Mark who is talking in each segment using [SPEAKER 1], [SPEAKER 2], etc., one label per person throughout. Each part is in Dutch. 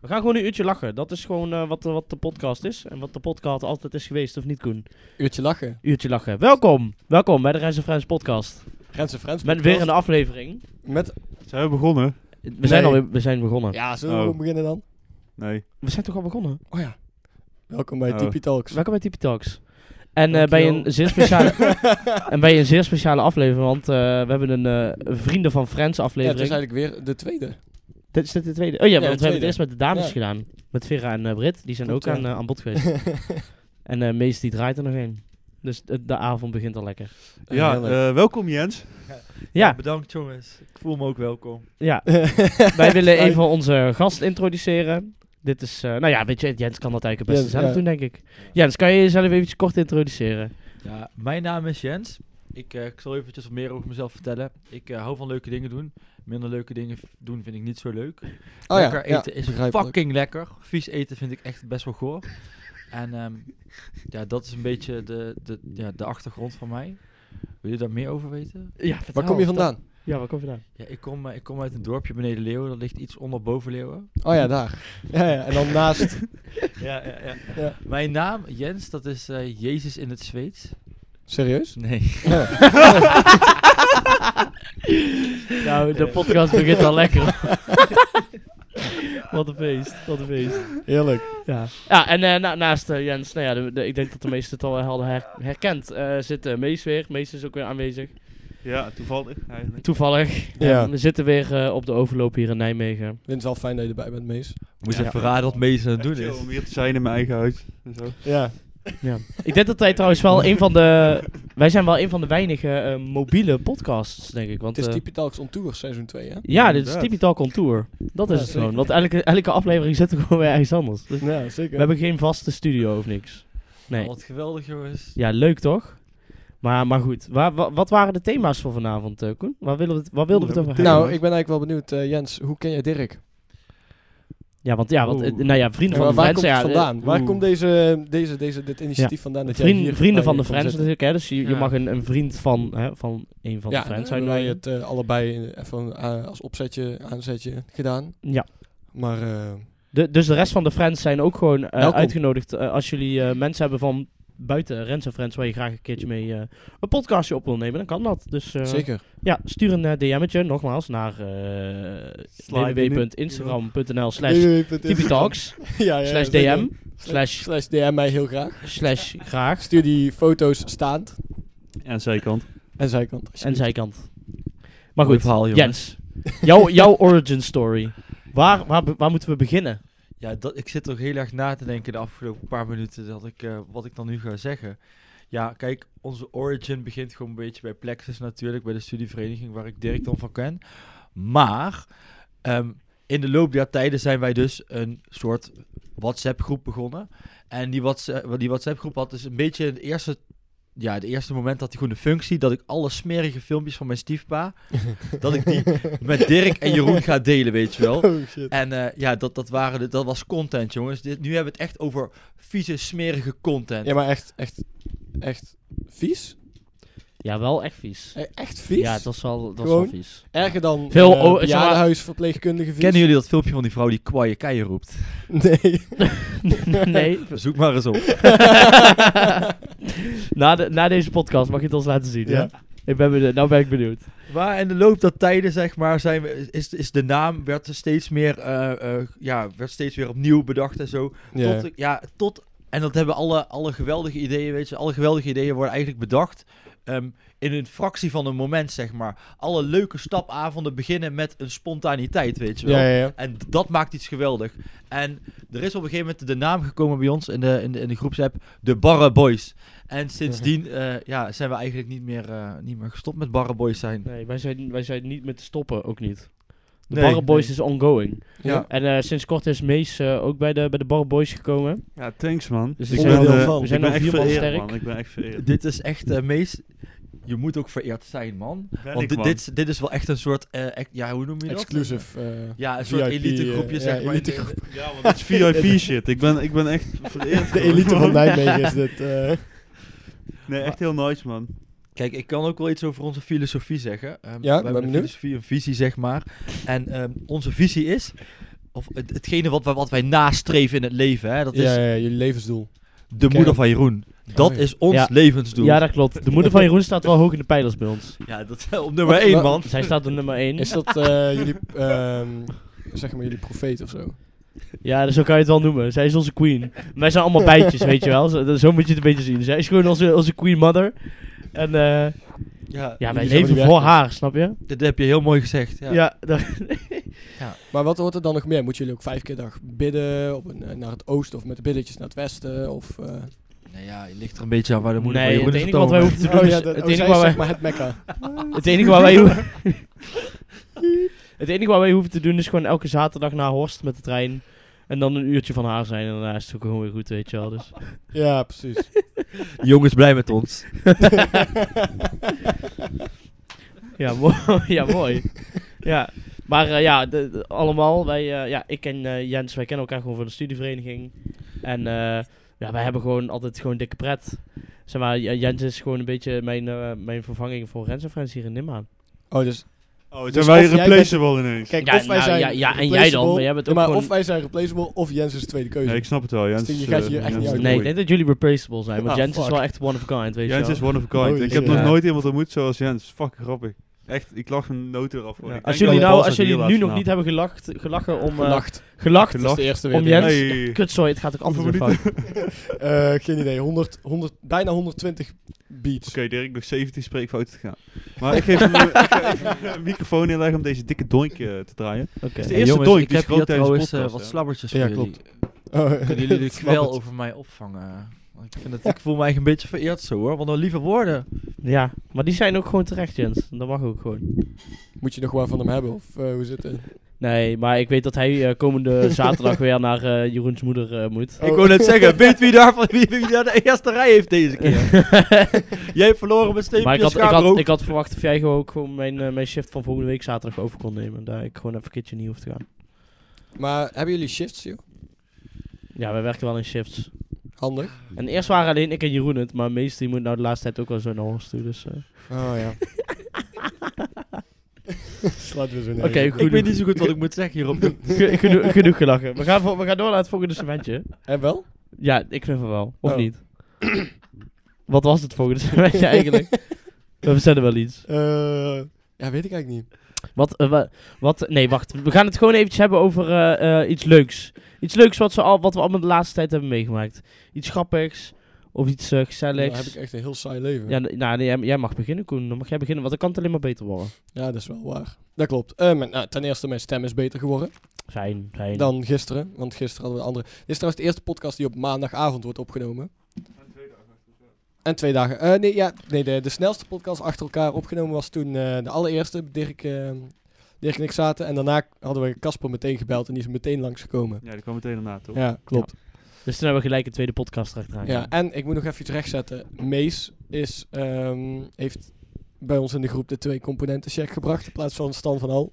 [SPEAKER 1] We gaan gewoon een uurtje lachen. Dat is gewoon eh, wat, de- wat de podcast is. En wat de podcast altijd is geweest, of niet, Koen?
[SPEAKER 2] Uurtje lachen.
[SPEAKER 1] Uurtje lachen. Welkom! Welkom bij de Reis en Friends podcast.
[SPEAKER 2] Rens en Friends.
[SPEAKER 1] Met
[SPEAKER 2] podcast.
[SPEAKER 1] weer een aflevering.
[SPEAKER 2] Met...
[SPEAKER 3] Zijn we begonnen?
[SPEAKER 1] We zijn
[SPEAKER 2] Nee.
[SPEAKER 1] alweer we zijn begonnen.
[SPEAKER 2] Ja, zullen we
[SPEAKER 3] Oh.
[SPEAKER 2] gewoon beginnen dan?
[SPEAKER 3] Nee.
[SPEAKER 1] We zijn toch al begonnen?
[SPEAKER 2] Oh ja. Welkom bij
[SPEAKER 3] Oh.
[SPEAKER 2] Tipi Talks.
[SPEAKER 1] Welkom bij Tipi Talks. En eh, bij,
[SPEAKER 2] Dankjewel.
[SPEAKER 1] een zeer speciale, en bij een zeer speciale aflevering, want eh, we hebben een eh, Vrienden van Friends
[SPEAKER 2] Ja, het
[SPEAKER 1] aflevering.
[SPEAKER 2] is eigenlijk weer de tweede.
[SPEAKER 1] dit is dit de tweede. Oh ja,
[SPEAKER 2] de
[SPEAKER 1] want we hebben
[SPEAKER 2] tweede.
[SPEAKER 1] het eerst met de dames
[SPEAKER 2] Ja.
[SPEAKER 1] gedaan. Met Vera en eh Brit, die zijn
[SPEAKER 2] Klopt,
[SPEAKER 1] ook
[SPEAKER 2] ja.
[SPEAKER 1] aan, eh, aan bod geweest. En eh Mees die draait er nog een. Dus de, de avond begint al lekker.
[SPEAKER 3] Ja,
[SPEAKER 2] Heerlijk.
[SPEAKER 3] eh, welkom Jens.
[SPEAKER 1] Ja,
[SPEAKER 4] Bedankt jongens. Ik voel me ook welkom.
[SPEAKER 1] ja.
[SPEAKER 2] eh,
[SPEAKER 1] wij willen even onze gast introduceren. Dit is, eh, nou ja, weet je, Jens kan dat eigenlijk het beste
[SPEAKER 2] Jens,
[SPEAKER 1] zelf
[SPEAKER 2] ja.
[SPEAKER 1] doen, denk ik. Jens, kan je jezelf eventjes kort introduceren?
[SPEAKER 4] Ja, mijn naam is Jens. Ik, eh, ik zal eventjes wat meer over mezelf vertellen. Ik eh, hou van leuke dingen doen. Minder leuke dingen v- doen vind ik niet zo leuk.
[SPEAKER 2] Oh ja,
[SPEAKER 4] lekker
[SPEAKER 2] ja,
[SPEAKER 4] eten is
[SPEAKER 2] begrijpelijk.
[SPEAKER 4] fucking lekker. Vies eten vind ik echt best wel goor. En ehm, ja, dat is een beetje de, de, ja, de achtergrond van mij. Wil je daar meer over weten?
[SPEAKER 1] Ja,
[SPEAKER 2] Waar kom je vandaan?
[SPEAKER 1] Ja, waar kom je vandaan?
[SPEAKER 4] Ja, ik kom, eh, ik kom uit een dorpje beneden Leeuwen. Dat ligt iets onder boven Leeuwen.
[SPEAKER 2] Oh ja, daar. Ja, ja. En dan naast...
[SPEAKER 4] Ja, ja, ja.
[SPEAKER 2] Ja.
[SPEAKER 4] Mijn naam, Jens, dat is eh, Jezus in het Zweeds.
[SPEAKER 2] Serieus?
[SPEAKER 4] Nee.
[SPEAKER 2] Ja.
[SPEAKER 1] Nou, de podcast begint al lekker. wat een feest, wat een feest.
[SPEAKER 2] Heerlijk.
[SPEAKER 1] Ja, ja en eh, na- naast eh, Jens, nou ja, de- de- ik denk dat de meesten het al wel hadden her- herkend, eh zit eh, Mees weer. Mees is ook weer aanwezig.
[SPEAKER 3] Ja, toevallig eigenlijk.
[SPEAKER 1] Toevallig.
[SPEAKER 2] Ja.
[SPEAKER 1] Eh, we zitten weer eh, op de overloop hier in Nijmegen.
[SPEAKER 2] Vind het wel fijn dat je erbij bent, Mees.
[SPEAKER 4] Moet
[SPEAKER 1] Ja.
[SPEAKER 4] je even raden wat Mees aan het
[SPEAKER 3] Echt
[SPEAKER 4] doen
[SPEAKER 3] chill
[SPEAKER 4] is.
[SPEAKER 3] om hier te zijn in mijn eigen huis. En zo.
[SPEAKER 2] Ja.
[SPEAKER 1] Ik denk dat wij trouwens wel een van de... Wij zijn wel een van de weinige eh, mobiele podcasts, denk ik. Want,
[SPEAKER 2] Het is
[SPEAKER 1] eh,
[SPEAKER 2] Tipi Talks on Tour seizoen 2, hè?
[SPEAKER 1] ja, dit is
[SPEAKER 3] Inderdaad.
[SPEAKER 1] typisch Talk on Tour. Dat is
[SPEAKER 2] Ja,
[SPEAKER 1] het gewoon.
[SPEAKER 2] zeker.
[SPEAKER 1] Want elke, elke aflevering zit er gewoon weer ergens anders. Dus
[SPEAKER 2] Ja, zeker.
[SPEAKER 1] we hebben geen vaste studio of niks. Nee.
[SPEAKER 4] Wat geweldig, jongens.
[SPEAKER 1] Ja, leuk toch? Maar, maar goed, waar, wa- wat waren de thema's voor vanavond, eh, Koen? Waar, willen we het, waar wilden we het
[SPEAKER 3] Oeh,
[SPEAKER 1] over hebben?
[SPEAKER 2] Nou,
[SPEAKER 3] hebben
[SPEAKER 2] ik ben eigenlijk wel benieuwd. eh, Jens, hoe ken jij Dirk?
[SPEAKER 1] Ja, want ja, want, eh,
[SPEAKER 3] Oeh.
[SPEAKER 1] nou ja,
[SPEAKER 2] Ja,
[SPEAKER 1] vrienden
[SPEAKER 2] maar
[SPEAKER 1] van de
[SPEAKER 2] waar
[SPEAKER 1] Friends.
[SPEAKER 2] komt het
[SPEAKER 1] ja, eh,
[SPEAKER 2] vandaan? Waar
[SPEAKER 3] oeh.
[SPEAKER 2] komt deze, deze, deze, dit initiatief vandaan? Dat jij
[SPEAKER 1] vriend-
[SPEAKER 2] hier
[SPEAKER 1] vrienden van
[SPEAKER 2] bij
[SPEAKER 1] de
[SPEAKER 2] kon
[SPEAKER 1] Friends
[SPEAKER 2] zitten?
[SPEAKER 1] natuurlijk, hè? Dus je, je
[SPEAKER 4] Ja.
[SPEAKER 1] mag een, een vriend van, hè, van een van de Friends zijn.
[SPEAKER 2] hebben wij het eh, allebei eh, even eh, als opzetje, aanzetje gedaan.
[SPEAKER 1] Ja.
[SPEAKER 2] Maar eh,
[SPEAKER 1] De, dus de rest van de Friends zijn ook gewoon eh,
[SPEAKER 2] Welkom.
[SPEAKER 1] uitgenodigd. eh, als jullie eh, mensen hebben van buiten Rens en Friends waar je graag een keertje mee eh, een podcastje op wil nemen, dan kan dat. Dus eh,
[SPEAKER 2] zeker.
[SPEAKER 1] ja, stuur een eh, DM'tje nogmaals naar eh
[SPEAKER 3] Slide in.
[SPEAKER 1] www.instagram.nl slash tipitalks
[SPEAKER 2] ja, ja, ja,
[SPEAKER 1] slash
[SPEAKER 2] zeker.
[SPEAKER 1] DM slash
[SPEAKER 2] Slash DM mij heel graag.
[SPEAKER 1] slash graag
[SPEAKER 2] Stuur die foto's staand.
[SPEAKER 3] En zijkant.
[SPEAKER 2] En zijkant.
[SPEAKER 1] en
[SPEAKER 2] alsjeblieft.
[SPEAKER 1] zijkant. Maar goed,
[SPEAKER 4] verhaal,
[SPEAKER 1] Jens, jouw, jouw origin story. Waar, waar, be- waar moeten we beginnen?
[SPEAKER 4] Ja, dat, ik zit toch heel erg na te denken de afgelopen paar minuten dat ik, eh, wat ik dan nu ga zeggen. Ja, kijk, onze origin begint gewoon een beetje bij Plexus natuurlijk, bij de studievereniging waar ik Dirk dan van ken. Maar ehm, in de loop der tijden zijn wij dus een soort WhatsApp-groep begonnen. En die, WhatsApp, die WhatsApp-groep had dus een beetje het eerste, ja, het eerste moment had die gewoon de functie dat ik alle smerige filmpjes van mijn stiefpa, dat ik die met Dirk en Jeroen ga delen, weet je wel.
[SPEAKER 2] Oh shit.
[SPEAKER 4] En eh, ja, dat, dat, waren de, dat was content, jongens. Dit, nu hebben we het echt over vieze, smerige content.
[SPEAKER 2] Ja, maar echt, echt, echt vies?
[SPEAKER 1] Ja, wel echt vies.
[SPEAKER 2] Eh, Echt vies?
[SPEAKER 1] Ja, dat is wel, dat is wel
[SPEAKER 2] Gewoon?
[SPEAKER 1] vies.
[SPEAKER 2] Erger
[SPEAKER 1] Veel
[SPEAKER 2] dan Veel
[SPEAKER 1] o- zeg maar-
[SPEAKER 2] bejaardenhuisverpleegkundige vies?
[SPEAKER 4] Kennen jullie dat filmpje van die vrouw die kwaaie keien roept?
[SPEAKER 2] Nee.
[SPEAKER 1] nee.
[SPEAKER 4] Zoek maar eens op.
[SPEAKER 1] na, de, na deze podcast mag je het ons laten zien. Ja.
[SPEAKER 2] Ja.
[SPEAKER 1] Ik ben benieuwd. Nou ben ik benieuwd.
[SPEAKER 4] Maar in de loop der tijden, zeg maar, zijn we, is, is de naam werd steeds meer, eh, eh, ja, werd steeds weer opnieuw bedacht en zo.
[SPEAKER 2] Ja.
[SPEAKER 4] Tot, ja, tot, en dat hebben alle, alle geweldige ideeën, weet je, alle geweldige ideeën worden eigenlijk bedacht ehm, in een fractie van een moment, zeg maar. Alle leuke stapavonden beginnen met een spontaniteit, weet je wel.
[SPEAKER 2] Ja, ja, ja.
[SPEAKER 4] En dat maakt iets geweldig. En er is op een gegeven moment de naam gekomen bij ons in de, in de, in de groepsapp, de Barre Boys. En sindsdien
[SPEAKER 3] Mhm.
[SPEAKER 4] eh, ja, zijn we eigenlijk niet meer, eh, niet meer gestopt met Barre Boys zijn.
[SPEAKER 1] Nee, wij zijn, wij zijn niet met te stoppen, ook niet. De
[SPEAKER 4] Nee,
[SPEAKER 1] Barre Boys
[SPEAKER 4] nee.
[SPEAKER 1] is ongoing.
[SPEAKER 2] Ja.
[SPEAKER 1] En eh, sinds kort is Mees eh, ook bij de, bij de Barre Boys gekomen.
[SPEAKER 3] Ja, thanks man.
[SPEAKER 1] Dus
[SPEAKER 2] ik ben,
[SPEAKER 3] eh,
[SPEAKER 2] van. We
[SPEAKER 3] ik
[SPEAKER 1] zijn
[SPEAKER 3] ben
[SPEAKER 1] al
[SPEAKER 3] echt
[SPEAKER 1] vier man
[SPEAKER 3] vereerd,
[SPEAKER 1] sterk.
[SPEAKER 3] man. Ik ben echt vereerd.
[SPEAKER 4] Dit is echt, eh meest, je moet ook vereerd zijn, man.
[SPEAKER 3] Ben
[SPEAKER 4] Want
[SPEAKER 3] ik,
[SPEAKER 4] dit-
[SPEAKER 3] man.
[SPEAKER 4] dit, is- dit is wel echt een soort, eh, ec- ja, hoe noem je dat?
[SPEAKER 2] Exclusive. eh,
[SPEAKER 4] Ja, een soort
[SPEAKER 2] VIP,
[SPEAKER 4] elite groepje,
[SPEAKER 2] eh,
[SPEAKER 4] zeg
[SPEAKER 2] ja,
[SPEAKER 4] maar.
[SPEAKER 2] elite
[SPEAKER 4] In de-
[SPEAKER 3] Ja, want dit is VIP shit. Ik ben, ik ben echt vereerd.
[SPEAKER 2] De
[SPEAKER 3] gewoon.
[SPEAKER 2] elite van Nijmegen is dit. eh.
[SPEAKER 3] Nee, echt heel nice man.
[SPEAKER 4] Kijk, ik kan ook wel iets over onze filosofie zeggen. Ehm,
[SPEAKER 2] ben
[SPEAKER 4] we hebben een
[SPEAKER 2] benieuwd.
[SPEAKER 4] filosofie, een visie, zeg maar. En ehm, onze visie is, Of het, hetgene wat, wij- wat wij nastreven in het leven. Hè? Dat is
[SPEAKER 2] ja, ja, je levensdoel.
[SPEAKER 4] de
[SPEAKER 2] Oké.
[SPEAKER 4] moeder van Jeroen. Dat
[SPEAKER 2] Oh, ja.
[SPEAKER 4] is ons
[SPEAKER 1] Ja.
[SPEAKER 4] levensdoel.
[SPEAKER 1] Ja, dat klopt. De moeder van Jeroen staat wel hoog in de pijlers bij ons.
[SPEAKER 4] Ja, dat is op nummer 1,
[SPEAKER 2] maar-
[SPEAKER 4] man.
[SPEAKER 1] Zij staat op nummer 1.
[SPEAKER 2] Is dat eh, jullie, ehm, zeg maar, jullie profeet of zo?
[SPEAKER 1] Ja, dus zo kan je het wel noemen. Zij is onze queen. Wij zijn allemaal bijtjes, weet je wel. Zo, zo moet je het een beetje zien. Zij is gewoon onze, onze queen mother. En eh, ja, wij
[SPEAKER 2] Die zou
[SPEAKER 1] leven
[SPEAKER 2] niet
[SPEAKER 1] voor
[SPEAKER 2] werken.
[SPEAKER 1] haar, snap je?
[SPEAKER 4] Dit heb je heel mooi gezegd.
[SPEAKER 1] Ja,
[SPEAKER 4] Ja.
[SPEAKER 1] dat-
[SPEAKER 2] Maar wat wordt er dan nog meer? Moeten jullie ook vijf keer dag bidden op een, eh, naar het oosten of met de biddetjes naar het westen? Of, eh,
[SPEAKER 4] Nou ja, je ligt er een beetje aan waar de moeder
[SPEAKER 1] Nee,
[SPEAKER 4] van Jeroen
[SPEAKER 1] het
[SPEAKER 4] is op
[SPEAKER 1] enige wat
[SPEAKER 4] dat oh,
[SPEAKER 1] wij
[SPEAKER 4] moment.
[SPEAKER 1] hoeven te doen is...
[SPEAKER 2] dat-
[SPEAKER 1] Het enige
[SPEAKER 2] zij is
[SPEAKER 1] waar wij-
[SPEAKER 2] zeg maar het mekka.
[SPEAKER 1] het enige waar wij... hoeven- Het enige wat wij hoeven te doen is gewoon elke zaterdag naar Horst met de trein. En dan een uurtje van haar zijn. En daarna is het ook gewoon weer goed, weet je wel. Dus.
[SPEAKER 2] Ja, precies.
[SPEAKER 4] De jongen is blij met ons.
[SPEAKER 1] Ja, mooi. ja, mooi. ja. Maar eh, ja, de- de- allemaal. Wij, eh, ja, ik en eh, Jens, wij kennen elkaar gewoon van de studievereniging. En eh, ja, wij hebben gewoon altijd gewoon dikke pret. Zeg maar, J- Jens is gewoon een beetje mijn, eh, mijn vervanging voor Rens en Friends hier in Nimma.
[SPEAKER 2] Oh, dus
[SPEAKER 3] Oh, zijn
[SPEAKER 2] Dus
[SPEAKER 3] wij
[SPEAKER 2] of jij
[SPEAKER 3] replaceable ineens?
[SPEAKER 2] kijk,
[SPEAKER 1] Ja,
[SPEAKER 2] of wij
[SPEAKER 1] nou,
[SPEAKER 2] zijn
[SPEAKER 1] ja, ja, en jij dan,
[SPEAKER 2] replaceable,
[SPEAKER 1] maar jij bent
[SPEAKER 2] ja,
[SPEAKER 1] ook
[SPEAKER 2] maar
[SPEAKER 1] gewoon-
[SPEAKER 2] of wij zijn replaceable of Jens is de tweede keuze.
[SPEAKER 3] Nee, ik snap het wel. Jens,
[SPEAKER 2] Dus je
[SPEAKER 3] is,
[SPEAKER 2] gaat
[SPEAKER 3] eh,
[SPEAKER 2] hier echt
[SPEAKER 3] Jens
[SPEAKER 2] niet
[SPEAKER 3] is
[SPEAKER 2] uit.
[SPEAKER 3] mooi.
[SPEAKER 1] Nee, ik denk dat jullie replaceable zijn, want
[SPEAKER 2] Ah,
[SPEAKER 1] Jens is
[SPEAKER 2] fuck.
[SPEAKER 1] wel echt one of a kind, weet je
[SPEAKER 3] Jens
[SPEAKER 1] wel.
[SPEAKER 3] is one of a kind.
[SPEAKER 2] Oh,
[SPEAKER 3] ik heb
[SPEAKER 2] ja.
[SPEAKER 3] nog nooit iemand ontmoet zoals Jens. Fuck grappig. Echt, ik lach een noot eraf.
[SPEAKER 4] Ja.
[SPEAKER 3] Ja.
[SPEAKER 1] Als
[SPEAKER 2] denk
[SPEAKER 1] jullie,
[SPEAKER 2] dat
[SPEAKER 1] nou, als jullie nu nog niet hebben gelacht, gelachen om... eh,
[SPEAKER 2] Gelacht.
[SPEAKER 1] gelacht?
[SPEAKER 2] Dat is de eerste
[SPEAKER 1] Om
[SPEAKER 2] weer.
[SPEAKER 1] Jens?
[SPEAKER 3] Hey.
[SPEAKER 1] Kut, sorry, het gaat ook altijd weer
[SPEAKER 3] Hoeveel
[SPEAKER 1] fout.
[SPEAKER 2] Eh, geen idee. 100, 100, bijna 120 beats.
[SPEAKER 3] Oké, Dirk, nog 17 spreekfouten te gaan. Maar ik geef hem eh, ik ga even een microfoon inleggen om deze dikke doink eh, te draaien.
[SPEAKER 1] Oké.
[SPEAKER 3] de eerste
[SPEAKER 4] jongens,
[SPEAKER 3] doink,
[SPEAKER 4] ik
[SPEAKER 3] die
[SPEAKER 4] heb
[SPEAKER 3] is groot
[SPEAKER 4] hier
[SPEAKER 3] tijdens de
[SPEAKER 4] trouwens eh,
[SPEAKER 3] podcast,
[SPEAKER 4] wat
[SPEAKER 3] hè?
[SPEAKER 4] slabbertjes
[SPEAKER 2] Ja,
[SPEAKER 4] voor
[SPEAKER 2] klopt.
[SPEAKER 4] jullie.
[SPEAKER 2] Oh,
[SPEAKER 4] Kunnen jullie de
[SPEAKER 2] snap
[SPEAKER 4] kwel
[SPEAKER 2] het.
[SPEAKER 4] over mij opvangen? Want Ik, vind het, ik voel me eigenlijk een beetje vereerd zo hoor. Wat een lieve woorden.
[SPEAKER 1] Ja, maar die zijn ook gewoon terecht, Jens. Dat mag ook gewoon.
[SPEAKER 2] Moet je nog wat van hem hebben? Of eh, hoe zit het?
[SPEAKER 1] Nee, maar ik weet dat hij eh, komende zaterdag weer naar eh, Jeroens moeder eh, moet.
[SPEAKER 2] Oh.
[SPEAKER 4] Ik wou net zeggen, weet wie daar, van, wie, wie daar de eerste rij heeft deze keer? Jij hebt verloren met
[SPEAKER 1] maar ik
[SPEAKER 4] steempjes,
[SPEAKER 1] had, ik,
[SPEAKER 4] schaapbroek.
[SPEAKER 1] had, ik had verwacht dat jij gewoon ook gewoon mijn, eh, mijn shift van volgende week zaterdag over kon nemen. Daar ik gewoon even een keertje niet hoef te gaan.
[SPEAKER 2] Maar hebben jullie shifts, joh?
[SPEAKER 1] Ja, wij werken wel in shifts.
[SPEAKER 2] Handig.
[SPEAKER 1] En eerst waren alleen ik en Jeroen het, maar meestal die moet nou de laatste tijd ook wel zo naar Horst toe. Dus, eh.
[SPEAKER 2] Oh ja. Slaat weer zo
[SPEAKER 1] Oké, goed.
[SPEAKER 4] Ik weet niet zo goed wat ik moet zeggen hierop.
[SPEAKER 1] Ge- genoeg, genoeg gelachen. We gaan, vo- we gaan door naar het volgende segmentje.
[SPEAKER 2] En Eh, wel?
[SPEAKER 1] Ja, ik vind van wel. Of
[SPEAKER 2] Oh.
[SPEAKER 1] niet? Wat was het volgende segmentje eigenlijk? We verzinnen wel iets.
[SPEAKER 2] Eh, ja, weet ik eigenlijk niet.
[SPEAKER 1] Wat, eh, wa- wat, nee, wacht. We gaan het gewoon eventjes hebben over eh, eh, iets leuks. Iets leuks wat, ze al, wat we allemaal de laatste tijd hebben meegemaakt. Iets grappigs of iets eh,
[SPEAKER 2] Dan Nou, heb
[SPEAKER 1] gezelligs.
[SPEAKER 2] ik echt een heel saai leven.
[SPEAKER 1] Ja,
[SPEAKER 2] Ja,
[SPEAKER 1] n- nou, nee, jij, jij mag beginnen, Koen. Dan mag jij beginnen, want dan kan het alleen maar beter worden.
[SPEAKER 2] dat is wel waar. Dat klopt. Eh, mijn- nou, ten eerste, mijn stem is beter geworden
[SPEAKER 1] Fijn, fijn.
[SPEAKER 2] dan gisteren. Want gisteren hadden we een andere... Dit is trouwens de eerste podcast die op maandagavond wordt opgenomen. En twee dagen. Eh, nee, ja, nee de, de snelste podcast achter elkaar opgenomen was toen eh, de allereerste. Dirk, eh, Dirk en ik zaten. En daarna hadden we Casper meteen gebeld. En die is meteen langsgekomen.
[SPEAKER 3] Ja, die kwam meteen daarna, toch?
[SPEAKER 2] Ja, klopt.
[SPEAKER 1] Dus toen hebben we gelijk een tweede podcast erachteraan.
[SPEAKER 2] Ja, en ik moet nog even iets rechtzetten. Mees is, ehm, heeft bij ons in de groep de twee componenten check gebracht in plaats van Stan van Al.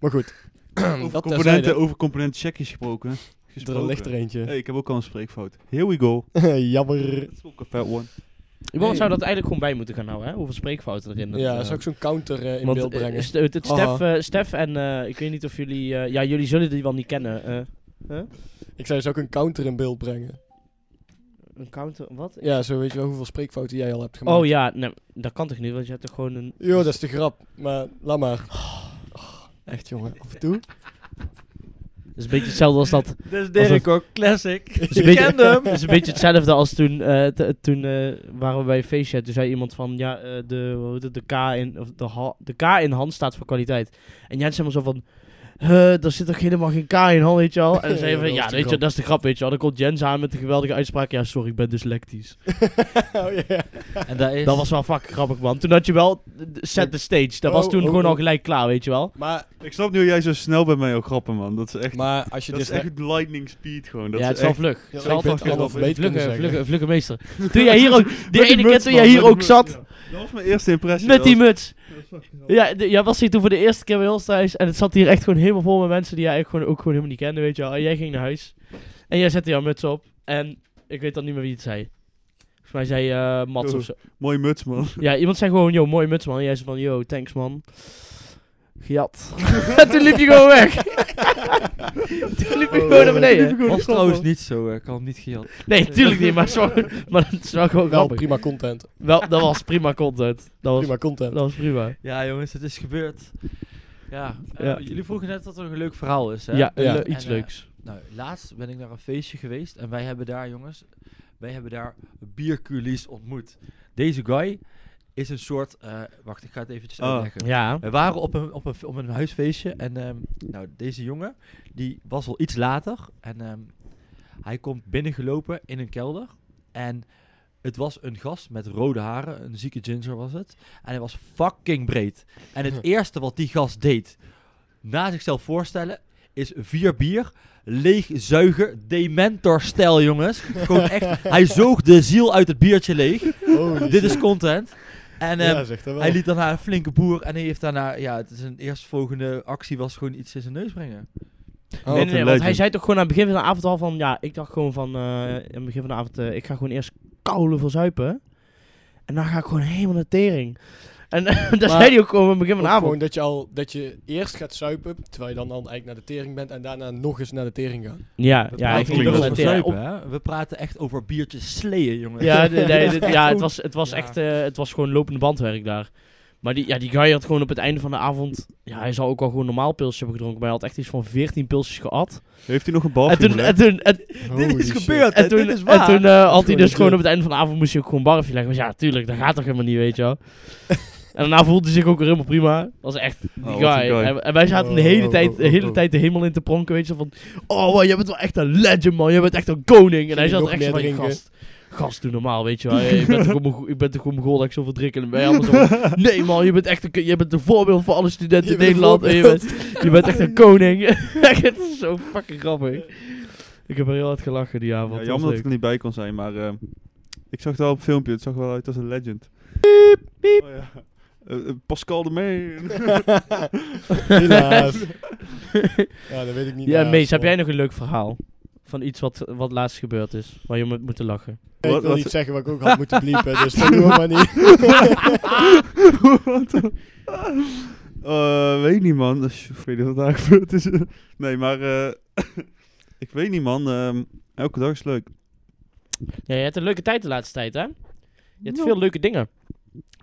[SPEAKER 2] Maar goed,
[SPEAKER 3] Over
[SPEAKER 2] dat
[SPEAKER 3] componenten,
[SPEAKER 2] terzijde.
[SPEAKER 3] over component checkjes gesproken.
[SPEAKER 2] Er
[SPEAKER 3] gesproken.
[SPEAKER 2] ligt er
[SPEAKER 3] Hey,
[SPEAKER 2] eentje.
[SPEAKER 3] ik heb ook al een spreekfout. Here we go.
[SPEAKER 2] Jammer.
[SPEAKER 3] Dat is ook een fat one.
[SPEAKER 1] Iemand zou dat eigenlijk gewoon bij moeten gaan houden, hè? Hoeveel spreekfouten erin. dat,
[SPEAKER 2] Ja,
[SPEAKER 1] eh,
[SPEAKER 2] zou ik zo'n counter eh, in
[SPEAKER 1] want,
[SPEAKER 2] beeld
[SPEAKER 1] eh,
[SPEAKER 2] brengen.
[SPEAKER 1] St- het- het
[SPEAKER 2] Haha.
[SPEAKER 1] Stef, eh, Stef en eh, ik weet niet of jullie... eh, ja, jullie zullen die wel niet kennen. eh.
[SPEAKER 2] ik zei, zou ik een counter in beeld brengen?
[SPEAKER 1] een counter... Wat?
[SPEAKER 2] Ja, zo weet je wel hoeveel spreekfouten jij al hebt gemaakt.
[SPEAKER 1] Oh ja, nee, dat kan toch niet, want je hebt toch gewoon een...
[SPEAKER 2] Yo, dat is de grap. Maar laat maar. Oh, echt jongen, af en toe.
[SPEAKER 1] Dat is een beetje hetzelfde als dat.
[SPEAKER 4] Dat is Dirk ook, classic.
[SPEAKER 1] Dat is een beetje,
[SPEAKER 4] kende hem.
[SPEAKER 1] dat is een beetje hetzelfde als toen, eh, t- toen eh, waren we bij een feestje. en Toen zei iemand van, ja, eh, de, hoe heet het, de, K in, of de, ha- de K in hand staat voor kwaliteit. En Jens helemaal zo van, eh, daar zit toch helemaal geen K in hand, weet je wel? En dan zei je
[SPEAKER 2] Ja,
[SPEAKER 1] van,
[SPEAKER 2] dat
[SPEAKER 1] ja,
[SPEAKER 2] is de
[SPEAKER 1] weet je,
[SPEAKER 2] grap.
[SPEAKER 1] dat is de grap, weet je wel. Dan komt Jens aan met de geweldige uitspraak, ja, sorry, ik ben dyslectisch.
[SPEAKER 2] oh ja.
[SPEAKER 4] En daar is...
[SPEAKER 1] Dat was wel fucking grappig, man. Toen had je wel, eh, set the stage. Dat was
[SPEAKER 2] Oh,
[SPEAKER 1] toen
[SPEAKER 2] oh,
[SPEAKER 1] gewoon
[SPEAKER 2] oh.
[SPEAKER 1] al gelijk klaar, weet je wel.
[SPEAKER 2] Maar,
[SPEAKER 3] Ik snap nu hoe jij zo snel bij mij ook grappen, man. Dat is echt,
[SPEAKER 2] maar als je
[SPEAKER 3] dat is
[SPEAKER 2] dus...
[SPEAKER 3] echt lightning speed gewoon. Dat
[SPEAKER 1] ja, het
[SPEAKER 3] is
[SPEAKER 1] is wel vlug.
[SPEAKER 3] echt...
[SPEAKER 2] Ja,
[SPEAKER 1] Het
[SPEAKER 2] ik
[SPEAKER 1] is wel fucking
[SPEAKER 2] ben het
[SPEAKER 1] grappig.
[SPEAKER 2] allemaal beter kunnen
[SPEAKER 1] Vlugge,
[SPEAKER 2] zeggen.
[SPEAKER 1] vlugge, vlugge meester. Toen jij hier ook, die
[SPEAKER 3] Met die
[SPEAKER 1] ene keer
[SPEAKER 3] muts,
[SPEAKER 1] toen jij
[SPEAKER 3] man,
[SPEAKER 1] hier
[SPEAKER 3] met die
[SPEAKER 1] ook
[SPEAKER 3] muts,
[SPEAKER 1] zat,
[SPEAKER 3] ja. Dat was mijn eerste impressie.
[SPEAKER 1] Met die
[SPEAKER 3] dat
[SPEAKER 1] muts.
[SPEAKER 3] was-
[SPEAKER 1] Ja, de- jij was hier toen voor de eerste keer bij ons thuis. En het zat hier echt gewoon helemaal vol met mensen die jij eigenlijk gewoon, ook gewoon helemaal niet kende, weet je wel. En jij ging naar huis. En jij zette jouw muts op. En ik weet dan niet meer wie het zei. Volgens mij zei eh Mats
[SPEAKER 3] Yo.
[SPEAKER 1] of zo.
[SPEAKER 3] Mooie muts, man.
[SPEAKER 1] Ja, iemand zei gewoon, yo, mooie muts man. En jij zei van, yo, thanks man. Gejat. en toen liep je gewoon weg. liep ik gewoon naar beneden.
[SPEAKER 4] Was
[SPEAKER 1] Stop,
[SPEAKER 4] trouwens
[SPEAKER 1] man.
[SPEAKER 4] niet zo, eh, ik had hem niet gejat.
[SPEAKER 1] Nee, tuurlijk niet, maar, het is wel- maar het is wel gewoon
[SPEAKER 2] Wel
[SPEAKER 1] grappig.
[SPEAKER 2] prima content.
[SPEAKER 1] Wel, dat was prima content. Dat was
[SPEAKER 2] Prima content.
[SPEAKER 1] dat was prima.
[SPEAKER 4] Ja jongens, het is gebeurd. Ja, eh,
[SPEAKER 1] Ja.
[SPEAKER 4] jullie vroegen net dat er een leuk verhaal is hè?
[SPEAKER 1] Ja,
[SPEAKER 2] Ja.
[SPEAKER 1] le- iets
[SPEAKER 4] En, eh,
[SPEAKER 1] leuks.
[SPEAKER 4] Nou, laatst ben ik naar een feestje geweest en wij hebben daar, jongens, wij hebben daar bierculies ontmoet. Deze guy is een soort, eh, wacht, ik ga het eventjes
[SPEAKER 3] Oh.
[SPEAKER 4] uitleggen.
[SPEAKER 1] Ja.
[SPEAKER 4] We waren op een, op, een, op een huisfeestje en ehm, nou, deze jongen, die was al iets later en ehm, hij komt binnengelopen in een kelder en het was een gast met rode haren, een zieke ginger was het, en hij was fucking breed. En het eerste wat die gast deed, na zichzelf voorstellen, is vier bier, leeg zuigen, dementor-stijl jongens. Gewoon echt, hij zoog de ziel uit het biertje leeg.
[SPEAKER 2] Holy
[SPEAKER 4] Dit
[SPEAKER 2] shit.
[SPEAKER 4] is content. En ehm,
[SPEAKER 1] eh,
[SPEAKER 2] ja, zegt dat wel.
[SPEAKER 4] hij liet daarna een flinke boer en hij heeft daarna, ja, het is een eerstvolgende actie was gewoon iets in zijn neus brengen.
[SPEAKER 2] Oh,
[SPEAKER 1] nee,
[SPEAKER 3] wat
[SPEAKER 1] nee,
[SPEAKER 3] een
[SPEAKER 1] nee, want hij
[SPEAKER 3] legend.
[SPEAKER 1] zei toch gewoon aan het begin van de avond al van... Ja, ik dacht gewoon van... eh, aan het begin van de avond... eh, ik ga gewoon eerst koulen voor zuipen. En dan ga ik gewoon helemaal naar tering. En dat zei hij ook gewoon aan het begin van de
[SPEAKER 2] Ook
[SPEAKER 1] avond.
[SPEAKER 2] gewoon dat je, al, dat je eerst gaat suipen, terwijl je dan, dan eigenlijk naar de tering bent en daarna nog eens naar de tering gaat.
[SPEAKER 1] Ja,
[SPEAKER 4] We
[SPEAKER 1] ja,
[SPEAKER 4] praten
[SPEAKER 1] ik
[SPEAKER 3] klinkt
[SPEAKER 1] ging
[SPEAKER 4] niet
[SPEAKER 1] wel
[SPEAKER 3] wel
[SPEAKER 1] naar
[SPEAKER 4] over
[SPEAKER 1] tering.
[SPEAKER 4] zuipen, hè? We praten echt over biertjes sleeën, jongen.
[SPEAKER 1] Ja, nee, nee, dit- ja het was, het was
[SPEAKER 4] Ja.
[SPEAKER 1] echt, eh, het was gewoon lopende bandwerk daar. Maar die, ja, die guy had gewoon op het einde van de avond... Ja, hij zou ook wel gewoon normaal pilsjes hebben gedronken. Maar hij had echt iets van 14 pilsjes geat.
[SPEAKER 3] Heeft hij nog een bal?
[SPEAKER 1] En toen, en toen, en,
[SPEAKER 2] Holy
[SPEAKER 4] dit is
[SPEAKER 2] shit.
[SPEAKER 4] gebeurd,
[SPEAKER 1] en toen,
[SPEAKER 4] dit is
[SPEAKER 1] en
[SPEAKER 4] waar.
[SPEAKER 1] toen eh, had hij
[SPEAKER 2] Sorry,
[SPEAKER 1] dus gewoon
[SPEAKER 2] ja.
[SPEAKER 1] op het einde van de avond... Moest hij ook gewoon barfje leggen. Maar ja, tuurlijk, dat gaat toch helemaal niet, weet je wel. En daarna voelde hij zich ook weer helemaal prima. Dat was echt die
[SPEAKER 3] Oh, wat een
[SPEAKER 1] guy.
[SPEAKER 3] guy.
[SPEAKER 1] En, en wij zaten de
[SPEAKER 2] Oh,
[SPEAKER 1] hele,
[SPEAKER 2] oh,
[SPEAKER 1] tijd,
[SPEAKER 2] oh,
[SPEAKER 1] de
[SPEAKER 2] oh,
[SPEAKER 1] hele
[SPEAKER 2] oh.
[SPEAKER 1] tijd de hemel in te pronken. Weet je van, oh man, jij bent wel echt een legend man. Jij bent echt een koning. En hij
[SPEAKER 2] je
[SPEAKER 1] zat
[SPEAKER 2] nog
[SPEAKER 1] er echt zo
[SPEAKER 2] meer
[SPEAKER 1] van,
[SPEAKER 2] drinken?
[SPEAKER 1] gast, gast, doe normaal, weet je wel. Ik ben toch op mijn go- ik ben toch op mijn goal dat ik zoveel drink. En dan ben je allemaal zo van, nee man, je bent echt een, k- je bent een voorbeeld voor alle studenten
[SPEAKER 2] Je
[SPEAKER 1] in
[SPEAKER 2] bent
[SPEAKER 1] Nederland.
[SPEAKER 2] een
[SPEAKER 1] En je, bent, je bent echt een koning. Het is zo fucking grappig. Ik heb er heel hard gelachen die avond.
[SPEAKER 3] Ja,
[SPEAKER 1] Dat was
[SPEAKER 3] jammer dat
[SPEAKER 1] leuk.
[SPEAKER 3] ik er niet bij kon zijn, maar eh, ik zag het wel op een filmpje. Het zag er wel uit als een legend. Oh, ja. Eh, eh, Pascal de Meen.
[SPEAKER 2] Helaas. ja, dat weet ik niet.
[SPEAKER 1] Ja,
[SPEAKER 2] helaas.
[SPEAKER 1] Mees, heb jij nog een leuk verhaal? Van iets wat, wat laatst gebeurd is, waar je om hebt moeten lachen.
[SPEAKER 2] Nee,
[SPEAKER 3] Wat-
[SPEAKER 2] ik wil
[SPEAKER 3] wat-
[SPEAKER 2] niet zeggen wat ik ook had moeten bliepen, dus dat doen we maar niet.
[SPEAKER 3] Eh, weet niet, man. Dus, Ik weet niet wat daar gebeurd is. nee, maar eh, ik weet niet, man. Ehm, elke dag is leuk.
[SPEAKER 1] Ja, je hebt een leuke tijd de laatste tijd, hè? Je hebt veel leuke dingen.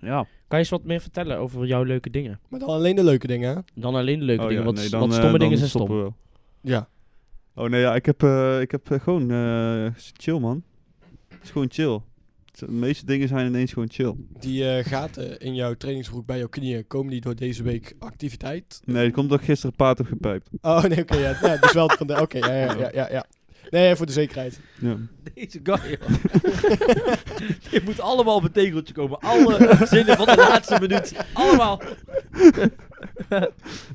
[SPEAKER 3] Ja.
[SPEAKER 1] Kan je eens wat meer vertellen over jouw leuke dingen?
[SPEAKER 2] Maar dan alleen de leuke dingen, hè?
[SPEAKER 1] Dan alleen de leuke
[SPEAKER 3] Oh,
[SPEAKER 1] dingen,
[SPEAKER 3] ja,
[SPEAKER 1] want,
[SPEAKER 3] nee,
[SPEAKER 1] s-
[SPEAKER 3] dan,
[SPEAKER 1] want
[SPEAKER 3] eh,
[SPEAKER 1] stomme
[SPEAKER 3] dan
[SPEAKER 1] dingen zijn
[SPEAKER 3] stoppen
[SPEAKER 1] stom.
[SPEAKER 3] we wel.
[SPEAKER 2] Ja.
[SPEAKER 3] Oh nee, ja, ik heb, eh, ik heb eh, gewoon eh, chill, man. Het is gewoon chill. Het is- De meeste dingen zijn ineens gewoon chill.
[SPEAKER 2] Die eh, gaten in jouw trainingsbroek bij jouw knieën, komen die door deze week activiteit?
[SPEAKER 3] Nee, dat komt dat ik gisteren paard heb gepijpt.
[SPEAKER 2] Oh, nee, oké, ja. ja. Dus wel van de... Oké, ja, ja, ja, ja, ja. Nee, voor de zekerheid.
[SPEAKER 3] Ja.
[SPEAKER 4] Deze guy, joh. Dit moet allemaal op een tegeltje komen. Alle zinnen van de laatste minuut. Allemaal.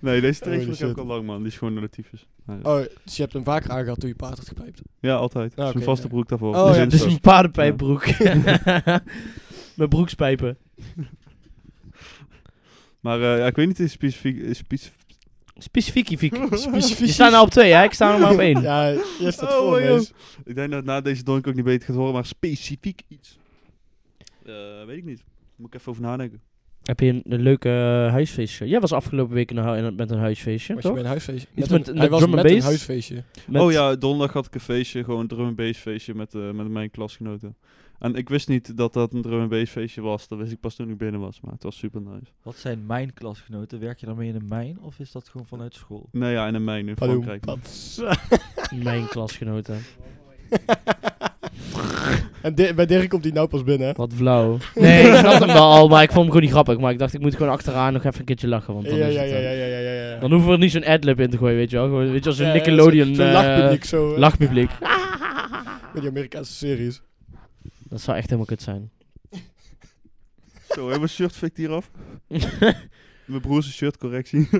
[SPEAKER 3] Nee, deze
[SPEAKER 2] Holy
[SPEAKER 3] training is ook
[SPEAKER 2] shit.
[SPEAKER 3] al lang, man. Die is gewoon relatief. Nee, ja.
[SPEAKER 2] Oh, dus je hebt hem vaker aangehad toen je paard had gepijpt.
[SPEAKER 3] Ja, altijd. Het is
[SPEAKER 2] Ah, oké,
[SPEAKER 3] mijn vaste
[SPEAKER 2] ja.
[SPEAKER 3] broek daarvoor.
[SPEAKER 2] Oh,
[SPEAKER 3] Dus
[SPEAKER 2] ja,
[SPEAKER 3] in
[SPEAKER 1] Dus
[SPEAKER 3] zo-
[SPEAKER 1] een paardenpijpbroek. Met broekspijpen.
[SPEAKER 3] Maar eh, ja, ik weet niet in specifiek... eh, specif-
[SPEAKER 1] Specifiekie, fiek.
[SPEAKER 2] Specifiek.
[SPEAKER 1] Je staat nou op twee, hè? Ik sta er maar op één.
[SPEAKER 2] Ja, je staat
[SPEAKER 3] Oh,
[SPEAKER 2] voor,
[SPEAKER 3] joh.
[SPEAKER 2] Mees.
[SPEAKER 3] Ik denk dat na deze donk ook niet beter gaat horen, maar specifiek iets. Eh, weet ik niet. Moet ik even over nadenken.
[SPEAKER 1] Heb je een, een leuke eh, huisfeestje? Jij was afgelopen week in een hu- met een huisfeestje,
[SPEAKER 2] Was je
[SPEAKER 1] toch?
[SPEAKER 2] bij een huisfeestje?
[SPEAKER 1] Iets
[SPEAKER 2] een-
[SPEAKER 1] met- met
[SPEAKER 2] hij was
[SPEAKER 1] drum and
[SPEAKER 2] met een
[SPEAKER 1] bass?
[SPEAKER 2] huisfeestje.
[SPEAKER 1] Met-
[SPEAKER 3] Oh ja, donderdag had ik een feestje, gewoon een drum and bass feestje met, eh, met mijn klasgenoten. En ik wist niet dat dat een drum and bass feestje was. Dat wist ik pas toen ik binnen was, maar het was super nice.
[SPEAKER 4] Wat zijn mijn klasgenoten? Werk je daarmee in een mijn of is dat gewoon vanuit school?
[SPEAKER 3] Nee, ja, en een mijn in
[SPEAKER 2] Padoem,
[SPEAKER 3] Frankrijk.
[SPEAKER 2] pats.
[SPEAKER 1] Mijn klasgenoten.
[SPEAKER 2] en Di- bij Dirk komt die nou pas binnen. hè?
[SPEAKER 1] Wat flauw. Nee, ik snap hem wel al, maar ik vond hem gewoon niet grappig. Maar ik dacht, ik moet gewoon achteraan nog even een keertje lachen. Want dan,
[SPEAKER 2] Ja,
[SPEAKER 1] is
[SPEAKER 2] ja,
[SPEAKER 1] het,
[SPEAKER 2] ja,
[SPEAKER 1] eh,
[SPEAKER 2] ja, ja, ja, ja, ja.
[SPEAKER 1] dan hoeven we er niet zo'n adlib in te gooien, weet je wel. Gewoon, weet je, als een
[SPEAKER 2] Ja, ja,
[SPEAKER 1] Nickelodeon
[SPEAKER 2] zo'n- zo'n
[SPEAKER 1] eh,
[SPEAKER 2] lachpubliek zo. hè?
[SPEAKER 1] lachpubliek.
[SPEAKER 2] Met die Amerikaanse series.
[SPEAKER 1] Dat zou echt helemaal kut zijn.
[SPEAKER 3] Zo, helemaal shirt fikt hier af. Mijn broer zijn shirt correctie.
[SPEAKER 2] ja,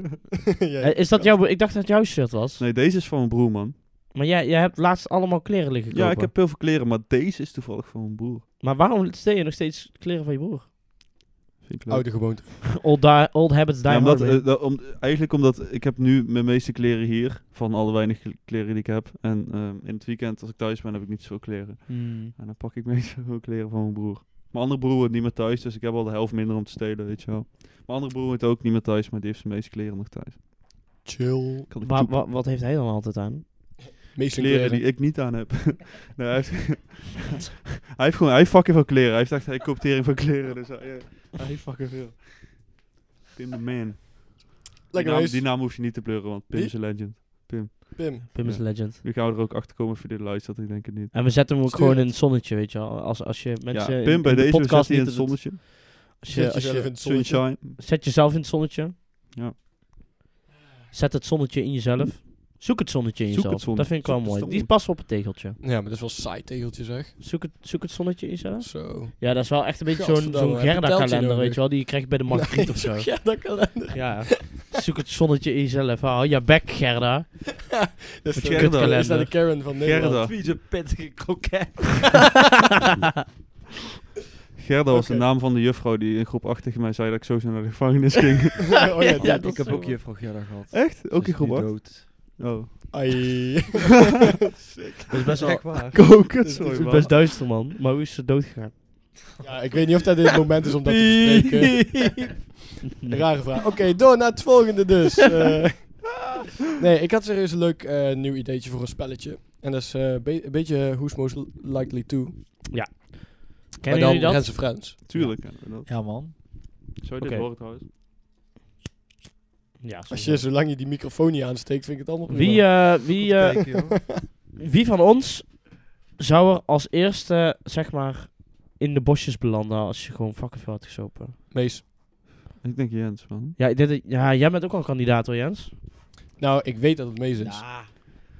[SPEAKER 2] ja.
[SPEAKER 1] Eh, Is dat jouw... Ik dacht dat het jouw shirt was.
[SPEAKER 3] Nee, deze is van mijn broer, man.
[SPEAKER 1] Maar jij, jij hebt laatst allemaal kleren liggen kopen.
[SPEAKER 3] Ja, ik heb heel veel kleren, maar deze is toevallig van mijn broer.
[SPEAKER 1] Maar waarom steen je nog steeds kleren van je broer?
[SPEAKER 3] Vind ik leuk.
[SPEAKER 1] Oh,
[SPEAKER 2] Oude gewoonte.
[SPEAKER 1] Old, da- old habits die
[SPEAKER 3] Ja, omdat,
[SPEAKER 1] hard. man.
[SPEAKER 3] eh, dat- om, eigenlijk omdat ik heb nu mijn meeste kleren hier, van alle weinig kle- kleren die ik heb. En ehm, in het weekend, als ik thuis ben, heb ik niet zoveel kleren.
[SPEAKER 1] Hmm.
[SPEAKER 3] En dan pak ik meestal gewoon kleren van mijn broer. Mijn andere broer woont niet meer thuis, dus ik heb al de helft minder om te stelen, weet je wel. Mijn andere broer woont ook niet meer thuis, maar die heeft zijn meeste kleren nog thuis.
[SPEAKER 2] Chill.
[SPEAKER 3] Ik had een
[SPEAKER 1] Wa-
[SPEAKER 3] joep-
[SPEAKER 1] wa- wat heeft hij dan altijd aan?
[SPEAKER 2] Meestal
[SPEAKER 3] kleren die ik niet aan heb. nee, hij, heeft, hij heeft gewoon, hij heeft fucking veel kleren. Hij heeft echt, hij koopt tering van kleren. Dus hij, hij heeft fucking veel. Pim the man. Die
[SPEAKER 2] Lekker
[SPEAKER 3] naam,
[SPEAKER 2] wees.
[SPEAKER 3] die naam hoef je niet te pleuren, want Pim
[SPEAKER 2] Wie?
[SPEAKER 3] is a legend.
[SPEAKER 2] Pim.
[SPEAKER 1] Pim is
[SPEAKER 3] Ja.
[SPEAKER 1] legend.
[SPEAKER 3] Nu gaan we er ook achter komen of je dit luistert, ik denk het niet.
[SPEAKER 1] En we zetten hem ook
[SPEAKER 2] Stuur
[SPEAKER 1] gewoon
[SPEAKER 2] het.
[SPEAKER 1] in het zonnetje, weet je wel. Als, als je
[SPEAKER 3] Ja,
[SPEAKER 1] mensen in-
[SPEAKER 3] Pim, bij
[SPEAKER 1] in de
[SPEAKER 3] deze zit
[SPEAKER 1] podcast
[SPEAKER 3] hij in
[SPEAKER 1] niet
[SPEAKER 3] het
[SPEAKER 1] dat het-
[SPEAKER 3] zonnetje.
[SPEAKER 1] Als je,
[SPEAKER 2] Zet
[SPEAKER 1] als
[SPEAKER 2] jezelf in
[SPEAKER 1] je,
[SPEAKER 2] het zonnetje.
[SPEAKER 3] Sunshine.
[SPEAKER 1] zet jezelf in het zonnetje.
[SPEAKER 3] Ja.
[SPEAKER 1] Zet het zonnetje in jezelf. Zoek het zonnetje in
[SPEAKER 3] Zoek het
[SPEAKER 1] jezelf.
[SPEAKER 3] zonnetje.
[SPEAKER 1] Dat vind ik wel
[SPEAKER 3] Zoek het
[SPEAKER 1] mooi.
[SPEAKER 3] zonnetje.
[SPEAKER 1] Die past op het tegeltje.
[SPEAKER 2] Ja, maar dat is wel saai tegeltje zeg.
[SPEAKER 1] Zoek het, zoek het zonnetje in jezelf.
[SPEAKER 2] Zo.
[SPEAKER 1] Ja, dat is wel echt een beetje zo'n
[SPEAKER 2] Gadverdamme,
[SPEAKER 1] zo'n
[SPEAKER 2] heb je een pijltje
[SPEAKER 1] Gerda-kalender,
[SPEAKER 2] nodig?
[SPEAKER 1] weet je wel. Die je krijgt bij de margriet of zo.
[SPEAKER 2] Ja, dat kan.
[SPEAKER 1] Ja. Zoek het zonnetje in jezelf. Hou je bek, Gerda.
[SPEAKER 2] Dat
[SPEAKER 1] Met
[SPEAKER 2] is
[SPEAKER 1] je
[SPEAKER 2] de-
[SPEAKER 1] kutkalender.
[SPEAKER 2] is dat de Karen van Nederland.
[SPEAKER 3] Gerda.
[SPEAKER 4] Vieze pittige kroket.
[SPEAKER 3] Gerda was de
[SPEAKER 2] Oké.
[SPEAKER 3] naam van de juffrouw die in groep 8 tegen mij zei dat ik zo snel naar de gevangenis ging.
[SPEAKER 2] oh ja, die-
[SPEAKER 1] Ja, dat
[SPEAKER 4] ik
[SPEAKER 1] is
[SPEAKER 4] heb
[SPEAKER 1] zo.
[SPEAKER 4] ook juffrouw Gerda gehad.
[SPEAKER 3] Echt? Ook
[SPEAKER 4] Ze
[SPEAKER 3] in
[SPEAKER 4] is
[SPEAKER 3] groep
[SPEAKER 4] nu
[SPEAKER 3] 8?
[SPEAKER 4] dood.
[SPEAKER 3] Oh.
[SPEAKER 2] Ai.
[SPEAKER 1] Dat is best wel...
[SPEAKER 4] Echt waar.
[SPEAKER 3] Kokert,
[SPEAKER 1] Dat
[SPEAKER 3] sorry
[SPEAKER 1] is
[SPEAKER 3] man.
[SPEAKER 1] best duister, man. Maar hoe is ze dood gegaan?
[SPEAKER 2] Ja, ik weet niet of dat dit het moment is om dat te bespreken.
[SPEAKER 1] Nee.
[SPEAKER 2] Rare vraag. Oké, door naar het volgende dus. Eh, nee, ik had serieus een leuk eh, nieuw ideetje voor een spelletje. En dat is eh, be- een beetje eh, Who's Most Likely To. maar
[SPEAKER 1] Kennen
[SPEAKER 2] dan
[SPEAKER 1] jullie dat?
[SPEAKER 2] Friends of Friends.
[SPEAKER 3] Tuurlijk. kennen we dat.
[SPEAKER 4] Ja, man.
[SPEAKER 3] Zou je dit
[SPEAKER 1] Oké.
[SPEAKER 3] horen trouwens?
[SPEAKER 1] Ja,
[SPEAKER 2] Als je, zolang je die microfoon niet aansteekt, vind ik het allemaal
[SPEAKER 1] Wie,
[SPEAKER 2] prima.
[SPEAKER 1] eh, wie, eh,
[SPEAKER 4] Kijk, joh.
[SPEAKER 1] wie van ons zou er als eerste, zeg maar, in de bosjes belanden als je gewoon fucking veel had gesopen?
[SPEAKER 2] Mees.
[SPEAKER 3] Ik denk Jens man.
[SPEAKER 1] Ja, ik denk dat- ja, jij bent ook al een kandidaat hoor, Jens.
[SPEAKER 2] Nou, ik weet dat het Mees is.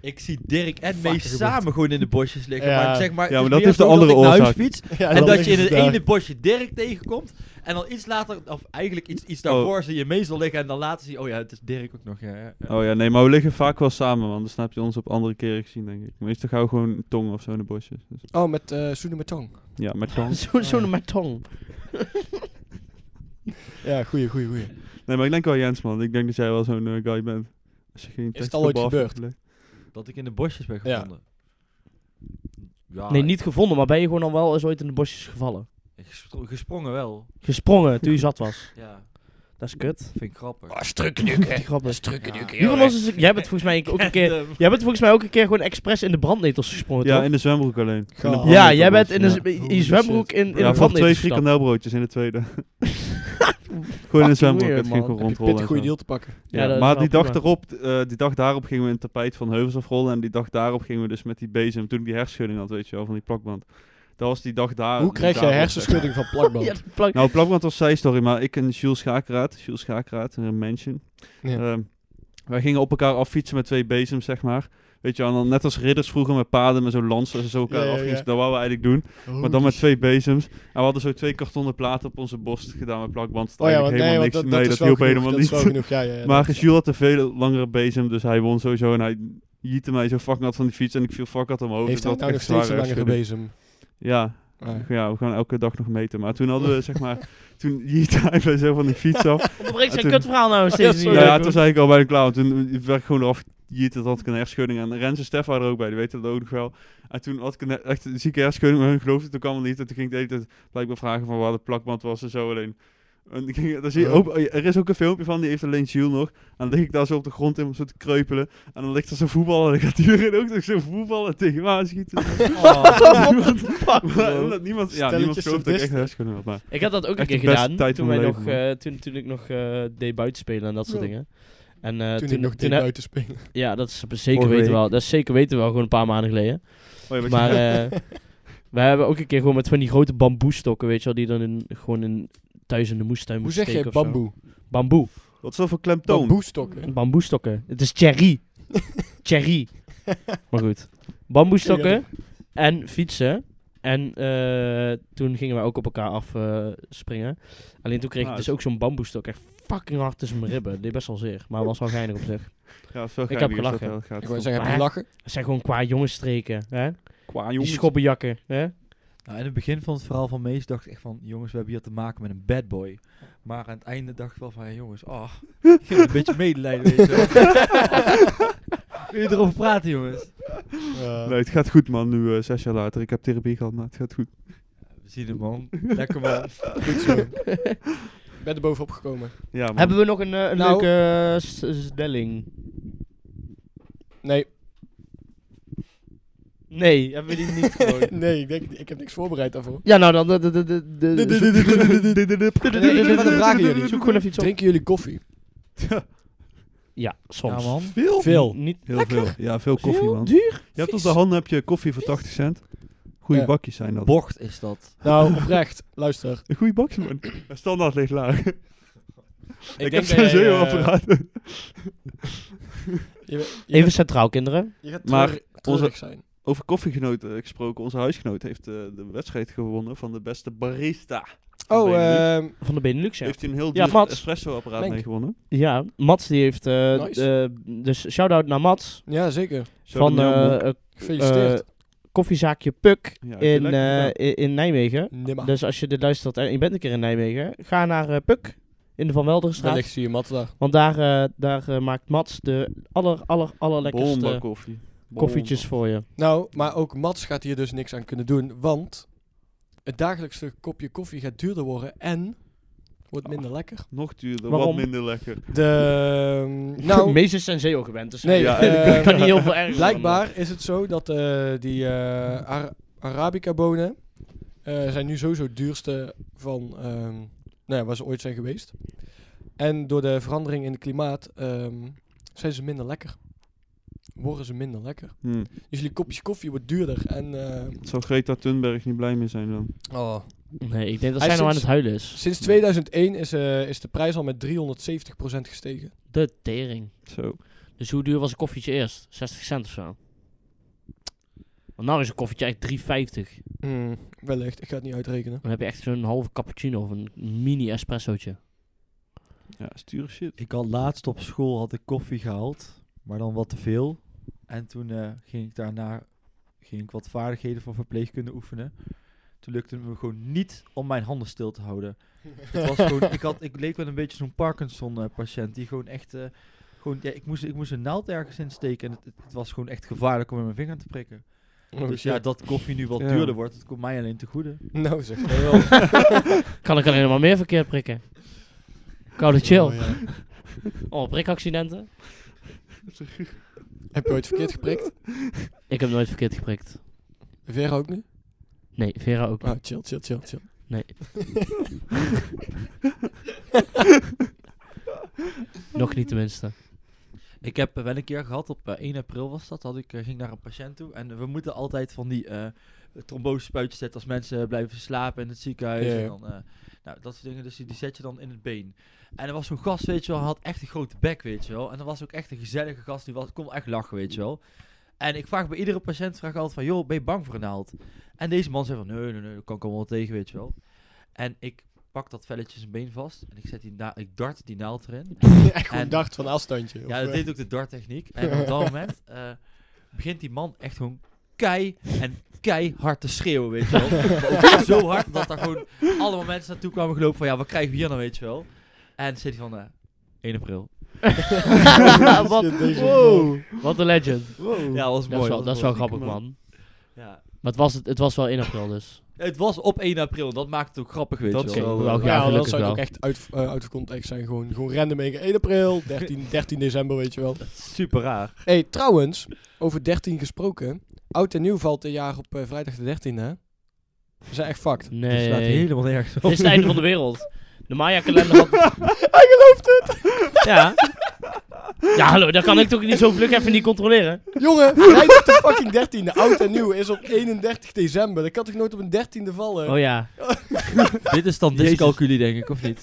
[SPEAKER 4] Ja, ik zie Dirk en
[SPEAKER 2] Fuck, er
[SPEAKER 4] Mees
[SPEAKER 2] gebeurt.
[SPEAKER 4] samen gewoon in de bosjes liggen.
[SPEAKER 2] Ja.
[SPEAKER 4] Maar zeg maar, het
[SPEAKER 3] Ja, maar
[SPEAKER 4] is
[SPEAKER 3] dat
[SPEAKER 4] meer
[SPEAKER 3] is de
[SPEAKER 4] zo dat
[SPEAKER 3] andere
[SPEAKER 4] ik naar huis
[SPEAKER 3] oorzaak.
[SPEAKER 4] fiets
[SPEAKER 2] Ja,
[SPEAKER 4] en
[SPEAKER 2] dan
[SPEAKER 4] dat
[SPEAKER 2] is
[SPEAKER 4] je in
[SPEAKER 2] het
[SPEAKER 3] dus
[SPEAKER 4] het
[SPEAKER 2] daar.
[SPEAKER 4] ene bosje Dirk tegenkomt. En dan iets later, of eigenlijk iets,
[SPEAKER 3] Oh.
[SPEAKER 4] iets daarvoor, zie je Mees al liggen. En dan later zie je, oh ja, het is Dirk ook nog. Ja, ja.
[SPEAKER 3] Oh ja, nee, maar we liggen vaak wel samen man. Dus dan heb je ons op andere keren gezien denk ik. Meestal gaan we gewoon tongen of zo in de bosjes. Dus-
[SPEAKER 2] Oh, met eh Soene met Tong.
[SPEAKER 3] ja, met tong.
[SPEAKER 1] Zo, zo naar mijn tong.
[SPEAKER 2] Ja, goeie, goeie, goeie.
[SPEAKER 3] Nee, maar ik denk wel Jens man. Ik denk dat jij wel zo'n eh, guy bent. Als je geen
[SPEAKER 2] het
[SPEAKER 3] tekst
[SPEAKER 2] al ooit
[SPEAKER 3] op af-
[SPEAKER 2] gebeurd?
[SPEAKER 3] legt.
[SPEAKER 4] Dat ik in de bosjes ben
[SPEAKER 2] Ja.
[SPEAKER 4] gevonden.
[SPEAKER 3] Ah,
[SPEAKER 4] Ja,
[SPEAKER 1] Nee, niet gevonden, maar ben je gewoon al wel eens ooit in de bosjes gevallen?
[SPEAKER 4] ik- gespro- Gesprongen wel.
[SPEAKER 1] Gesprongen toen je zat was.
[SPEAKER 4] Ja,
[SPEAKER 1] Dat is kut.
[SPEAKER 4] vind ik grappig.
[SPEAKER 1] Oh, Die grap is-
[SPEAKER 4] Ja.
[SPEAKER 1] Wie van ons is... Jij bent volgens mij ook een keer...
[SPEAKER 4] Ehm,
[SPEAKER 1] Jij bent volgens mij ook een keer gewoon expres in de brandnetels gesprongen,
[SPEAKER 3] Ja,
[SPEAKER 1] toch?
[SPEAKER 3] in de zwembroek alleen. In de
[SPEAKER 2] Ja,
[SPEAKER 1] Ja,
[SPEAKER 3] brandnetels,
[SPEAKER 1] jij bent in,
[SPEAKER 3] ja.
[SPEAKER 1] een z- in
[SPEAKER 2] Holy
[SPEAKER 1] je zwembroek in, in de
[SPEAKER 3] Ja, van twee
[SPEAKER 1] brandnetels gestapt.
[SPEAKER 3] frikandelbroodjes in de tweede. Gewoon in de zwembroek,
[SPEAKER 1] weird,
[SPEAKER 3] het
[SPEAKER 1] man.
[SPEAKER 3] ging
[SPEAKER 2] Heb je
[SPEAKER 3] gewoon rondrollen.
[SPEAKER 2] pittig
[SPEAKER 3] en
[SPEAKER 2] goede
[SPEAKER 3] zo.
[SPEAKER 2] deal te pakken.
[SPEAKER 1] Ja,
[SPEAKER 3] Ja,
[SPEAKER 1] dat is
[SPEAKER 3] maar
[SPEAKER 1] wel
[SPEAKER 3] die dag,
[SPEAKER 1] prima.
[SPEAKER 3] erop, eh, die dag daarop gingen we in het tapijt van Heuvels afrollen. En die dag daarop gingen we dus met die bezem. Toen ik die hersenschudding had, weet je wel, van die plakband. Dat was die dag daar.
[SPEAKER 2] Hoe
[SPEAKER 3] die
[SPEAKER 2] krijg jij
[SPEAKER 3] daarop,
[SPEAKER 2] hersenschudding van
[SPEAKER 1] Ja,
[SPEAKER 2] plakband?
[SPEAKER 1] dat plak-
[SPEAKER 3] zeg. Nou, plakband was zij story, maar ik en Jules Schakenraad, Jules Schakenraad, een mansion.
[SPEAKER 2] Ja.
[SPEAKER 3] Ehm, wij gingen op elkaar affietsen met twee bezems, zeg maar. Weet je wel, en dan net als ridders vroeger met paden, met zo'n lans, als ze zo elkaar
[SPEAKER 2] Ja, ja,
[SPEAKER 3] afgingen.
[SPEAKER 2] ja.
[SPEAKER 3] Dat wouden we eigenlijk doen. Maar dan met twee bezems. En we hadden zo twee kartonnen platen op onze borst gedaan met plakband. Dat
[SPEAKER 2] Oh ja, want
[SPEAKER 3] eigenlijk
[SPEAKER 2] nee,
[SPEAKER 3] helemaal
[SPEAKER 2] want
[SPEAKER 3] niks.
[SPEAKER 2] dat,
[SPEAKER 3] nee,
[SPEAKER 2] dat
[SPEAKER 3] dat
[SPEAKER 2] is wel
[SPEAKER 3] hielp
[SPEAKER 2] genoeg,
[SPEAKER 3] helemaal
[SPEAKER 2] dat is wel
[SPEAKER 3] niet.
[SPEAKER 2] genoeg, ja, ja. ja,
[SPEAKER 3] maar
[SPEAKER 2] dat-
[SPEAKER 3] Jules had een veel langere bezem, dus hij won sowieso. En hij jiette mij zo fucking hard van die fiets en ik viel fucking hard omhoog.
[SPEAKER 2] Heeft
[SPEAKER 3] Dus
[SPEAKER 2] hij
[SPEAKER 3] dat
[SPEAKER 2] nou nog
[SPEAKER 3] was
[SPEAKER 2] steeds een
[SPEAKER 3] echt
[SPEAKER 2] langere
[SPEAKER 3] zware
[SPEAKER 2] bezem?
[SPEAKER 3] Ja,
[SPEAKER 2] Ah.
[SPEAKER 3] ja, we gaan elke dag nog meten. Maar toen hadden we, zeg maar, toen jiette hij mij zo van die fiets af.
[SPEAKER 1] Onderbreek zijn
[SPEAKER 3] Toen-
[SPEAKER 1] kutverhaal nou steeds
[SPEAKER 2] sorry.
[SPEAKER 1] niet.
[SPEAKER 3] Nou ja,
[SPEAKER 2] leuk,
[SPEAKER 3] toen zei ik al bijna klaar. Want toen eh, werd ik gewoon eraf gejiet. Dat had ik een hersenschudding. En Rens en Stef waren er ook bij. Die weten dat ook nog wel. En toen had ik een, he- echt een zieke hersenschudding. Maar hun geloofde het ook allemaal niet. En toen ging ik de hele tijd blijkbaar vragen van waar de plakband was en zo. Alleen... En ik ging, daar zie je
[SPEAKER 2] Oh.
[SPEAKER 3] ook, eh, er is ook een filmpje van, die heeft alleen Jules nog. En dan lig ik daar zo op de grond in om zo te kreupelen. En dan ligt er zo'n voetballer en dan gaat iedereen ook nog zo'n voetballer tegen me aanschieten.
[SPEAKER 4] oh.
[SPEAKER 1] What the fuck,
[SPEAKER 3] Maar
[SPEAKER 1] bro?
[SPEAKER 3] omdat niemand, ja,
[SPEAKER 2] Stelletjes
[SPEAKER 3] niemand gelooft dat ik echt
[SPEAKER 2] sadisten.
[SPEAKER 3] een hersenschudding had. Maar
[SPEAKER 1] Ik had dat ook een
[SPEAKER 3] Echt
[SPEAKER 1] keer
[SPEAKER 3] de beste
[SPEAKER 1] gedaan.
[SPEAKER 3] tijd
[SPEAKER 1] Toen,
[SPEAKER 3] van
[SPEAKER 1] wij
[SPEAKER 3] mijn
[SPEAKER 1] nog,
[SPEAKER 3] leven,
[SPEAKER 1] eh, toen, toen ik nog eh, deed buitenspelen en dat soort
[SPEAKER 2] Ja.
[SPEAKER 1] dingen. En, eh,
[SPEAKER 2] Toen ik nog
[SPEAKER 1] toen
[SPEAKER 2] deed
[SPEAKER 1] heb-
[SPEAKER 2] buiten spelen.
[SPEAKER 1] Ja, dat is zeker
[SPEAKER 4] Vorige
[SPEAKER 1] weten
[SPEAKER 4] week.
[SPEAKER 1] wel. Dat is zeker weten wel, gewoon een paar maanden geleden.
[SPEAKER 3] Oh ja, wat je-
[SPEAKER 1] Maar eh, wij hebben ook een keer gewoon met van die grote bamboestokken, weet je wel, die dan in, gewoon in, thuis in de moestuin
[SPEAKER 2] Hoe
[SPEAKER 1] moeten
[SPEAKER 2] zeg jij
[SPEAKER 1] steken of zo.
[SPEAKER 2] bamboe?
[SPEAKER 1] Bamboe.
[SPEAKER 3] wat is dat voor klemtoon?
[SPEAKER 2] Bamboestokken.
[SPEAKER 1] Bamboestokken. Het is cherry. cherry. Maar goed. Bamboestokken en fietsen. En eh, toen gingen wij ook op elkaar afspringen. springen Alleen toen kreeg ik
[SPEAKER 3] Ah,
[SPEAKER 1] dus
[SPEAKER 3] is-
[SPEAKER 1] ook zo'n bamboestok. Echt fucking hard tussen mijn ribben. Deed best wel zeer. Maar was wel geinig op zich.
[SPEAKER 3] Ja, dat is wel
[SPEAKER 1] Ik heb
[SPEAKER 3] geinig als dat
[SPEAKER 1] gelachen.
[SPEAKER 3] wel gaat.
[SPEAKER 2] Ik wou zeggen, heb je gelachen?
[SPEAKER 1] Dat zijn gewoon qua jongensstreken. Hè?
[SPEAKER 3] Qua
[SPEAKER 1] Die
[SPEAKER 3] jongens.
[SPEAKER 1] schoppenjakken. Hè?
[SPEAKER 4] Nou, in het begin van het verhaal van Mees dacht ik echt van... Jongens, we hebben hier te maken met een bad boy. Maar aan het einde dacht ik wel van... hey, jongens, ah, ik heb een beetje medelijden. Weet je wel. Wil je erover praten, jongens?
[SPEAKER 2] Ja.
[SPEAKER 3] Nee, het gaat goed, man. Nu eh, zes jaar later. Ik heb therapie gehad, maar het gaat goed.
[SPEAKER 4] We zien hem, man. Lekker, man.
[SPEAKER 2] Goed zo. ben er bovenop gekomen.
[SPEAKER 3] Ja, man.
[SPEAKER 1] Hebben we nog een, eh, een
[SPEAKER 2] Nou.
[SPEAKER 1] leuke eh, s- stelling?
[SPEAKER 2] Nee.
[SPEAKER 1] Nee, hebben we die niet gewoon.
[SPEAKER 2] nee, ik, denk, ik heb niks voorbereid daarvoor.
[SPEAKER 1] Ja, nou dan. De, de, de, de, de-
[SPEAKER 2] Nee, ik heb wel een vraag aan jullie.
[SPEAKER 1] Zoek gewoon even iets op.
[SPEAKER 2] Drinken jullie koffie?
[SPEAKER 1] Ja,
[SPEAKER 4] Ja,
[SPEAKER 1] soms.
[SPEAKER 4] man.
[SPEAKER 3] Veel?
[SPEAKER 2] Veel.
[SPEAKER 1] Niet
[SPEAKER 3] Heel veel. Ja, veel koffie, man.
[SPEAKER 1] duur.
[SPEAKER 3] Je hebt op de
[SPEAKER 1] Vies.
[SPEAKER 3] handen heb je koffie voor 80 cent. Goeie
[SPEAKER 2] Ja.
[SPEAKER 3] bakjes zijn dat.
[SPEAKER 4] Bocht is dat.
[SPEAKER 2] Nou, oprecht. Luister.
[SPEAKER 3] Een goeie bakje, man. Standaard ligt laag. Ik,
[SPEAKER 2] Ik,
[SPEAKER 3] heb
[SPEAKER 2] denk dat
[SPEAKER 3] zo'n
[SPEAKER 2] jij, eh,
[SPEAKER 3] zeeuwapparaat.
[SPEAKER 2] je- je
[SPEAKER 1] Even centraal, kinderen.
[SPEAKER 2] Je gaat
[SPEAKER 3] Maar
[SPEAKER 2] maar treurig zijn.
[SPEAKER 3] Over koffiegenoten eh, gesproken. Onze huisgenoot heeft eh, de wedstrijd gewonnen van de beste barista.
[SPEAKER 2] Oh,
[SPEAKER 3] Benelux.
[SPEAKER 2] ehm,
[SPEAKER 1] Van de Benelux, ja.
[SPEAKER 3] Heeft hij een heel
[SPEAKER 1] Ja,
[SPEAKER 3] duur
[SPEAKER 1] Mats.
[SPEAKER 3] espresso-apparaat
[SPEAKER 2] Denk.
[SPEAKER 3] mee gewonnen.
[SPEAKER 1] Ja, Mats die heeft... eh,
[SPEAKER 2] Nice.
[SPEAKER 1] de- dus shout-out naar Mats.
[SPEAKER 2] ja, zeker.
[SPEAKER 1] van
[SPEAKER 3] Sauvignon Blanc.
[SPEAKER 1] eh, eh,
[SPEAKER 2] Gefeliciteerd.
[SPEAKER 1] koffiezaakje Puk
[SPEAKER 3] Ja, heeft hij
[SPEAKER 1] in,
[SPEAKER 3] lekker
[SPEAKER 1] eh,
[SPEAKER 3] gedaan.
[SPEAKER 1] in, in Nijmegen.
[SPEAKER 2] Nimmer.
[SPEAKER 1] Dus als je dit luistert en je bent een keer in Nijmegen, ga naar eh, Puk in de Van Welderstraat.
[SPEAKER 2] Wellicht zie je Matt daar.
[SPEAKER 1] Want daar, eh, daar eh, maakt Mats de aller, aller,
[SPEAKER 3] Bomba
[SPEAKER 1] allerlekkerste
[SPEAKER 3] koffie. Bomba.
[SPEAKER 1] koffietjes voor je.
[SPEAKER 2] Nou, maar ook Mats gaat hier dus niks aan kunnen doen, want het dagelijkse kopje koffie gaat duurder worden en wordt minder lekker.
[SPEAKER 3] Nog duurder,
[SPEAKER 1] Waarom?
[SPEAKER 3] wat minder lekker.
[SPEAKER 2] De,
[SPEAKER 1] Nou,
[SPEAKER 2] nou,
[SPEAKER 1] meeste zijn zeo gewend, dus
[SPEAKER 2] nee,
[SPEAKER 3] Ja,
[SPEAKER 2] eh,
[SPEAKER 1] ik kan niet heel veel erger.
[SPEAKER 2] blijkbaar is het zo dat eh, die eh, Ara- Arabica-bonen eh, zijn nu sowieso het duurste van ehm, nou ja, waar ze ooit zijn geweest. En door de verandering in het klimaat ehm, zijn ze minder lekker. Worden ze minder lekker.
[SPEAKER 1] Hmm.
[SPEAKER 3] Hm.
[SPEAKER 2] Dus jullie kopje koffie wordt duurder en... eh,
[SPEAKER 3] Zou Greta Thunberg niet blij mee zijn dan?
[SPEAKER 2] oh.
[SPEAKER 1] Nee, ik denk dat
[SPEAKER 2] Hij
[SPEAKER 1] zij nou aan
[SPEAKER 2] zit-
[SPEAKER 1] het huilen is.
[SPEAKER 2] Sinds 2001 is, eh, is de prijs al met 370% gestegen.
[SPEAKER 1] De tering.
[SPEAKER 3] Zo.
[SPEAKER 1] Dus hoe duur was een koffietje eerst? 60 cent of zo? Want nou is een koffietje echt 3,50.
[SPEAKER 4] Hmm.
[SPEAKER 2] wellicht, ik ga het niet uitrekenen.
[SPEAKER 1] Dan heb je echt zo'n halve cappuccino of een mini espressootje.
[SPEAKER 3] Ja, stuur shit.
[SPEAKER 4] Ik had laatst op school had ik koffie gehaald, maar dan wat te veel. En toen eh, ging ik daarna ging ik wat vaardigheden van verpleegkunde oefenen. Toen lukte het me gewoon niet om mijn handen stil te houden. Het was gewoon, ik, had, ik leek wel een beetje zo'n Parkinson-patiënt die gewoon echt... eh, gewoon, ja, ik, moest, ik moest een naald ergens insteken en het, het- het was gewoon echt gevaarlijk om met mijn vinger te prikken.
[SPEAKER 2] Oh,
[SPEAKER 4] dus ja, dat koffie nu wat
[SPEAKER 3] Ja.
[SPEAKER 4] duurder wordt, dat komt mij alleen te goede.
[SPEAKER 2] Nou zeg, dat wel.
[SPEAKER 1] Kan ik alleen maar meer verkeer prikken. Koude chill.
[SPEAKER 2] Oh, ja.
[SPEAKER 1] Oh, prikaccidenten?
[SPEAKER 2] Heb je ooit verkeerd geprikt?
[SPEAKER 1] Ik heb nooit verkeerd geprikt.
[SPEAKER 2] Vera ook niet?
[SPEAKER 1] Nee, Vera ook
[SPEAKER 2] Ah,
[SPEAKER 1] niet.
[SPEAKER 2] chill, chill, chill, chill.
[SPEAKER 1] Nog niet tenminste.
[SPEAKER 4] Ik heb eh, wel een keer gehad, op eh, 1 april was dat, had ik, eh, ging naar een patiënt toe. En eh, we moeten altijd van die eh trombose spuitjes zetten als mensen blijven slapen in het ziekenhuis.
[SPEAKER 2] Ja, ja.
[SPEAKER 4] En dan, eh, nou, dat soort dingen, dus die, die zet je dan in het been. En er was zo'n gast, weet je wel, hij had echt een grote bek, weet je wel. En er was ook echt een gezellige gast, die was, kon echt lachen, weet je wel. En ik vraag bij iedere patiënt, vraag ik altijd van, joh, ben je bang voor een naald? En deze man zei van, nee, nee, nee, dat kan ik allemaal wel tegen, weet je wel. En ik pak dat velletje in zijn been vast en ik, zet die na- ik dart die naald erin.
[SPEAKER 2] Echt gewoon
[SPEAKER 4] En-
[SPEAKER 2] dacht van afstandje. eh.
[SPEAKER 4] Ja, dat deed ook de darttechniek. En op dat moment eh, begint die man echt gewoon kei en keihard te schreeuwen, weet je wel. Maar ook zo hard dat daar gewoon allemaal mensen naartoe kwamen gelopen van, ja, wat krijgen we hier nou, weet je wel. En zei hij van, eh 1 april.
[SPEAKER 1] Wat,
[SPEAKER 2] Wow.
[SPEAKER 1] wat een legend.
[SPEAKER 4] Ja, dat was mooi.
[SPEAKER 1] Dat is wel, dat is wel
[SPEAKER 4] mooi.
[SPEAKER 1] grappig,
[SPEAKER 3] man.
[SPEAKER 1] man.
[SPEAKER 4] Ja.
[SPEAKER 1] Maar het was, het, het was wel in april dus.
[SPEAKER 4] Het was op 1 april, dat maakt het ook grappig, weet
[SPEAKER 3] Dat
[SPEAKER 4] je
[SPEAKER 3] is
[SPEAKER 4] wel.
[SPEAKER 1] Oké,
[SPEAKER 3] wel,
[SPEAKER 1] wel,
[SPEAKER 3] eh,
[SPEAKER 1] ja,
[SPEAKER 2] Ja, dat
[SPEAKER 1] gelukkig
[SPEAKER 2] zou je
[SPEAKER 1] wel.
[SPEAKER 2] ook echt uit, eh, uit de context zijn. Gewoon, gewoon random weken. 1 april, 13, 13 december, weet je wel.
[SPEAKER 4] Super raar.
[SPEAKER 2] hey, trouwens, over 13 gesproken. Oud en nieuw valt dit jaar op eh, vrijdag de 13e, hè? We zijn echt fucked.
[SPEAKER 4] Dus Het slaat
[SPEAKER 1] Nee.
[SPEAKER 4] helemaal nergens op.
[SPEAKER 1] Dit is het einde van de wereld. De Maya-kalender had...
[SPEAKER 2] Hij gelooft het!
[SPEAKER 1] Ja. Ja, hallo, dat kan ik toch niet zo vlug even niet controleren?
[SPEAKER 2] Jongen, vrijdag de fucking 13e. Oud en nieuw is op 31 december. Dat kan toch nooit op een 13e vallen?
[SPEAKER 1] Oh ja.
[SPEAKER 4] Dit is dan
[SPEAKER 1] Jezus.
[SPEAKER 4] dyscalculie, denk ik, of niet?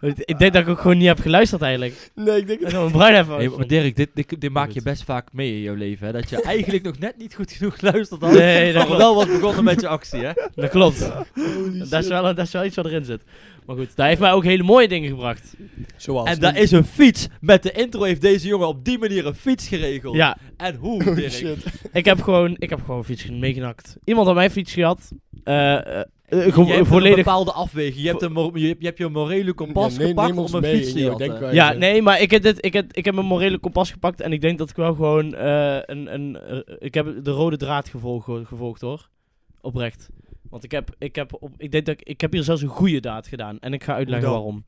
[SPEAKER 1] Ik denk dat ik ook gewoon niet heb geluisterd eigenlijk.
[SPEAKER 2] Nee, ik
[SPEAKER 1] Dat
[SPEAKER 2] denk het
[SPEAKER 1] is wel een bruin even.
[SPEAKER 4] Hey, maar Dirk, dit, dit, dit maak je best vaak mee in jouw leven, hè? Dat je eigenlijk nog net niet goed genoeg luistert had.
[SPEAKER 1] Nee, dat
[SPEAKER 4] maar
[SPEAKER 1] klopt.
[SPEAKER 4] wel was begonnen met je actie, hè?
[SPEAKER 1] Dat klopt. Dat is, wel, dat is wel iets wat erin zit. Maar goed, dat heeft mij ook hele mooie dingen gebracht.
[SPEAKER 2] Zoals.
[SPEAKER 4] En daar is een fiets. Met de intro heeft deze jongen op die manier een fiets geregeld.
[SPEAKER 1] Ja, Oh,
[SPEAKER 4] En hoe, Dirk?
[SPEAKER 2] Shit.
[SPEAKER 1] ik heb gewoon, ik heb gewoon een fiets meegenakt. Iemand had mijn fiets gehad. Eh, eh, eh,
[SPEAKER 4] Je
[SPEAKER 1] gewoon
[SPEAKER 4] hebt een
[SPEAKER 1] volledig.
[SPEAKER 4] bepaalde afweging. Je hebt, een mor- je, hebt- je hebt je morele kompas
[SPEAKER 2] Ja, neem-
[SPEAKER 4] gepakt
[SPEAKER 2] neem ons
[SPEAKER 4] om een
[SPEAKER 2] mee
[SPEAKER 4] fiets
[SPEAKER 2] in
[SPEAKER 4] te
[SPEAKER 2] jouw
[SPEAKER 4] jatten.
[SPEAKER 2] denkwijze.
[SPEAKER 1] Ja, nee, maar ik heb, dit, ik, heb, ik heb mijn morele kompas gepakt. En ik denk dat ik wel gewoon eh, een, een. eh, ik heb de rode draad gevolg, gevolgd hoor. Oprecht. Want ik heb, ik heb, op, ik denk dat ik, ik heb hier zelfs een goede daad gedaan. En ik ga uitleggen
[SPEAKER 4] dan?
[SPEAKER 1] waarom.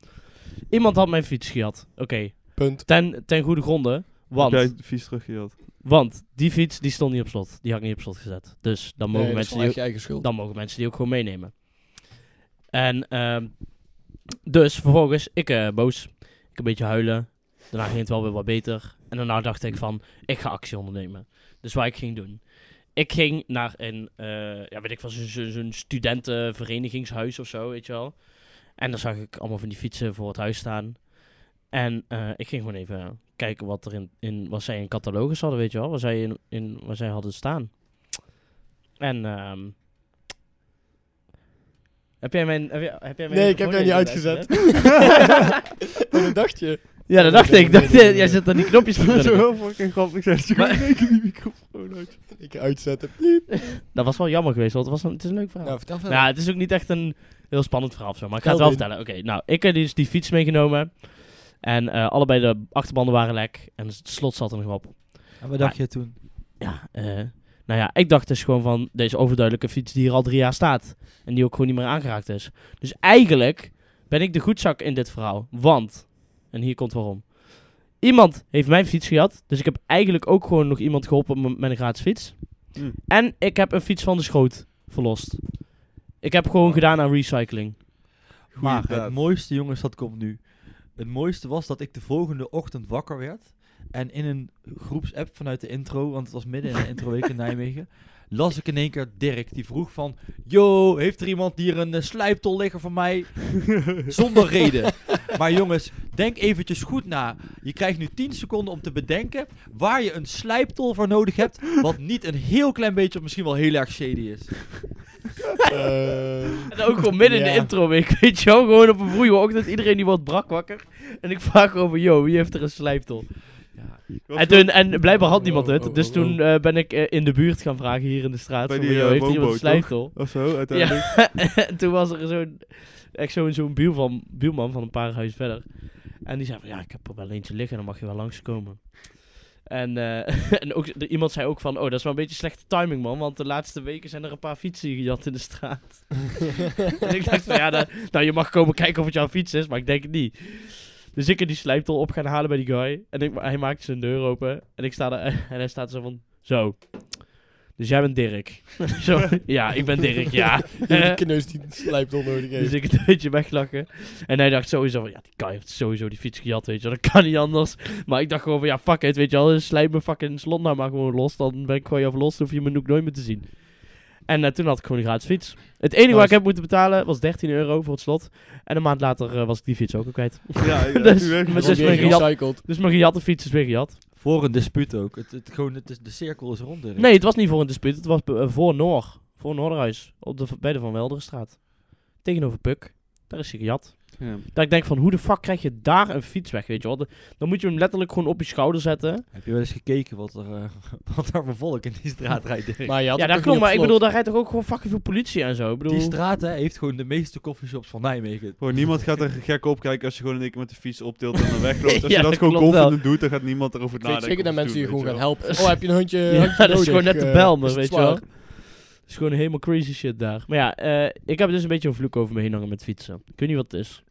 [SPEAKER 1] Iemand had mijn fiets gehad. Oké,
[SPEAKER 2] Punt.
[SPEAKER 1] ten, ten goede gronden. Want,
[SPEAKER 3] Heb jij vies teruggejat?
[SPEAKER 1] want die fiets die stond niet op slot. Die had ik niet op slot gezet. Dus dan mogen,
[SPEAKER 2] Nee, dat is
[SPEAKER 1] mensen,
[SPEAKER 2] wel
[SPEAKER 1] die
[SPEAKER 2] echt je eigen schuld.
[SPEAKER 1] ook, dan mogen mensen die ook gewoon meenemen. En ehm, dus vervolgens, ik eh, boos. Ik een beetje huilen. Daarna ging het wel weer wat beter. En daarna dacht ik van, ik ga actie ondernemen. Dus wat ik ging doen. Ik ging naar een, eh, ja weet ik wel, zo'n zo, zo'n studentenverenigingshuis of zo, weet je wel. En dan zag ik allemaal van die fietsen voor het huis staan. En eh, ik ging gewoon even kijken wat, er in, in, wat zij in catalogus hadden, weet je wel. Wat zij, in, in, wat zij hadden staan. En ehm, heb jij mijn... Heb jij, heb jij mijn
[SPEAKER 2] Nee, ik heb
[SPEAKER 1] microfoon
[SPEAKER 2] jou niet
[SPEAKER 1] uitgezet?
[SPEAKER 2] Maar dat dacht je.
[SPEAKER 1] Ja, dat dacht ik. Dat, jij zit aan die knopjes te
[SPEAKER 3] Dat is
[SPEAKER 1] drukken.
[SPEAKER 3] wel fucking grappig. Zet je gewoon in één keer die microfoon uit.
[SPEAKER 2] Ik uitzetten.
[SPEAKER 1] Dat was wel jammer geweest, want het, was een, het is een leuk verhaal.
[SPEAKER 2] Nou, vertel verder.
[SPEAKER 1] Nou, het is ook niet echt een heel spannend verhaal of zo, maar ik ga het wel
[SPEAKER 2] Vertel
[SPEAKER 1] vertellen. Oké, nou, ik heb dus die fiets meegenomen. En eh, allebei de achterbanden waren lek. En het slot zat er nog op.
[SPEAKER 4] En wat dacht je toen?
[SPEAKER 1] Ja, eh, nou ja, ik dacht dus gewoon van deze overduidelijke fiets die hier al drie jaar staat. En die ook gewoon niet meer aangeraakt is. Dus eigenlijk ben ik de goedzak in dit verhaal. Want, en hier komt waarom. Iemand heeft mijn fiets gehad. Dus ik heb eigenlijk ook gewoon nog iemand geholpen m- met een gratis fiets.
[SPEAKER 3] Hm.
[SPEAKER 1] En ik heb een fiets van de schoot verlost. Ik heb gewoon gedaan aan recycling.
[SPEAKER 3] Goeie
[SPEAKER 4] Maar
[SPEAKER 3] daad.
[SPEAKER 4] het mooiste, jongens, dat komt nu. Het mooiste was dat ik de volgende ochtend wakker werd. En in een groepsapp vanuit de intro, want het was midden in de introweek in Nijmegen, las ik in één keer Dirk. Die vroeg van, yo, heeft er iemand hier een eh, slijptol liggen van mij? Zonder reden. Maar jongens, denk eventjes goed na. Je krijgt nu 10 seconden om te bedenken waar je een slijptol voor nodig hebt, wat niet een heel klein beetje of misschien wel heel erg shady is.
[SPEAKER 2] Eh,
[SPEAKER 1] En ook gewoon midden in de
[SPEAKER 2] Ja.
[SPEAKER 1] intro week, weet je wel. Gewoon op een vroege ochtend, iedereen die wordt brak wakker. En ik vraag over, yo, wie heeft er een slijptol?
[SPEAKER 4] Ja,
[SPEAKER 3] Wat
[SPEAKER 1] En,
[SPEAKER 3] voor-
[SPEAKER 1] toen, en blijkbaar had niemand
[SPEAKER 2] Oh,
[SPEAKER 1] het,
[SPEAKER 2] oh,
[SPEAKER 1] dus
[SPEAKER 2] oh,
[SPEAKER 1] toen
[SPEAKER 2] oh.
[SPEAKER 1] eh, ben ik eh, in de buurt gaan vragen hier in de straat.
[SPEAKER 3] Bij
[SPEAKER 1] Van,
[SPEAKER 3] die,
[SPEAKER 1] yo,
[SPEAKER 3] eh,
[SPEAKER 1] heeft er iemand een
[SPEAKER 3] woonboot, toch?
[SPEAKER 1] slijptol?
[SPEAKER 3] Of zo, uiteindelijk.
[SPEAKER 1] En toen was er zo'n, echt zo'n zo'n buurman, buurman van een paar huizen verder. En die zei van, ja, ik heb er wel eentje liggen, dan mag je wel langskomen. En, eh, en ook, er- iemand zei ook van, oh, dat is wel een beetje slechte timing, man. Want de laatste weken zijn er een paar fietsen gejat in de straat. en ik dacht van, ja, dat- nou, je mag komen kijken of het jouw fiets is, maar ik denk het niet. Dus ik heb die slijptol op gaan halen bij die guy. En ik, hij maakt zijn deur open. En, ik sta daar, en hij staat zo van, zo. Dus jij bent Dirk. zo, ja, ik ben Dirk, ja.
[SPEAKER 2] die kneus die slijpt onnodig heeft.
[SPEAKER 1] Dus ik het een beetje weglachen. En hij dacht sowieso van, ja, die guy heeft sowieso die fiets gejat, weet je wel. Dat kan niet anders. Maar ik dacht gewoon van, ja, fuck it, weet je wel. Dus Slijp mijn fucking slot nou maar gewoon los. Dan ben ik gewoon jou verlost, dan hoef je mijn ook nooit meer te zien. En eh, toen had ik gewoon een gratis fiets. Het enige
[SPEAKER 2] Nice.
[SPEAKER 1] wat ik heb moeten betalen was 13 euro voor het slot. En een maand later eh, was ik die fiets ook al kwijt.
[SPEAKER 3] Ja, ja.
[SPEAKER 1] Dus-
[SPEAKER 3] toen werd
[SPEAKER 1] maar
[SPEAKER 3] het
[SPEAKER 1] ze is
[SPEAKER 2] Gewoon weer
[SPEAKER 1] mijn gejat-
[SPEAKER 2] gerecycled.
[SPEAKER 1] Dus mijn gejatte fiets is weer gejat.
[SPEAKER 4] Voor een dispuut ook. Het, het, gewoon, het is, de cirkel is rond, Dirk.
[SPEAKER 1] Nee, het was niet voor een dispuut. Het was eh, voor Noor. Voor Noorderhuis. Op de, bij de Van Welderenstraat. Tegenover Puk. Daar is hij gejat.
[SPEAKER 3] Ja.
[SPEAKER 1] Dat ik denk van, hoe de fuck krijg je daar een fiets weg, weet je wel? De- Dan moet je hem letterlijk gewoon op je schouder zetten.
[SPEAKER 4] Heb je wel eens gekeken wat er, eh, wat er voor volk in die straat rijdt? Dirk?
[SPEAKER 2] Maar je had
[SPEAKER 1] ja,
[SPEAKER 2] het
[SPEAKER 1] dat
[SPEAKER 2] toch niet
[SPEAKER 1] klopt,
[SPEAKER 2] op
[SPEAKER 1] maar ik
[SPEAKER 2] slot?
[SPEAKER 1] bedoel, daar rijdt toch ook gewoon fucking veel politie en zo? Ik bedoel,
[SPEAKER 4] die straat hè, heeft gewoon de meeste coffeeshops van Nijmegen.
[SPEAKER 3] Bro, niemand gaat er gek op kijken als je gewoon in één keer met de fiets optilt en dan wegloopt. Als
[SPEAKER 1] Ja,
[SPEAKER 3] je dat
[SPEAKER 1] dat
[SPEAKER 3] gewoon
[SPEAKER 1] klopt wel.
[SPEAKER 3] confident doet, dan gaat niemand erover
[SPEAKER 2] Ik weet
[SPEAKER 3] nadenken.
[SPEAKER 2] zeker dat
[SPEAKER 3] om
[SPEAKER 2] mensen
[SPEAKER 3] te
[SPEAKER 2] je
[SPEAKER 3] doen,
[SPEAKER 2] gewoon gaan
[SPEAKER 3] weet je
[SPEAKER 2] helpen. Oh, heb je een handje
[SPEAKER 1] Ja,
[SPEAKER 2] handje
[SPEAKER 1] dat is
[SPEAKER 2] nodig?
[SPEAKER 1] gewoon net de
[SPEAKER 2] Eh,
[SPEAKER 1] Bijlmer,
[SPEAKER 2] is het
[SPEAKER 1] weet je
[SPEAKER 2] zwaar?
[SPEAKER 1] wel. dat is gewoon helemaal crazy shit daar. Maar ja, eh, ik heb dus een beetje een vloek over me heen hangen met fietsen. Ik weet niet wat het is.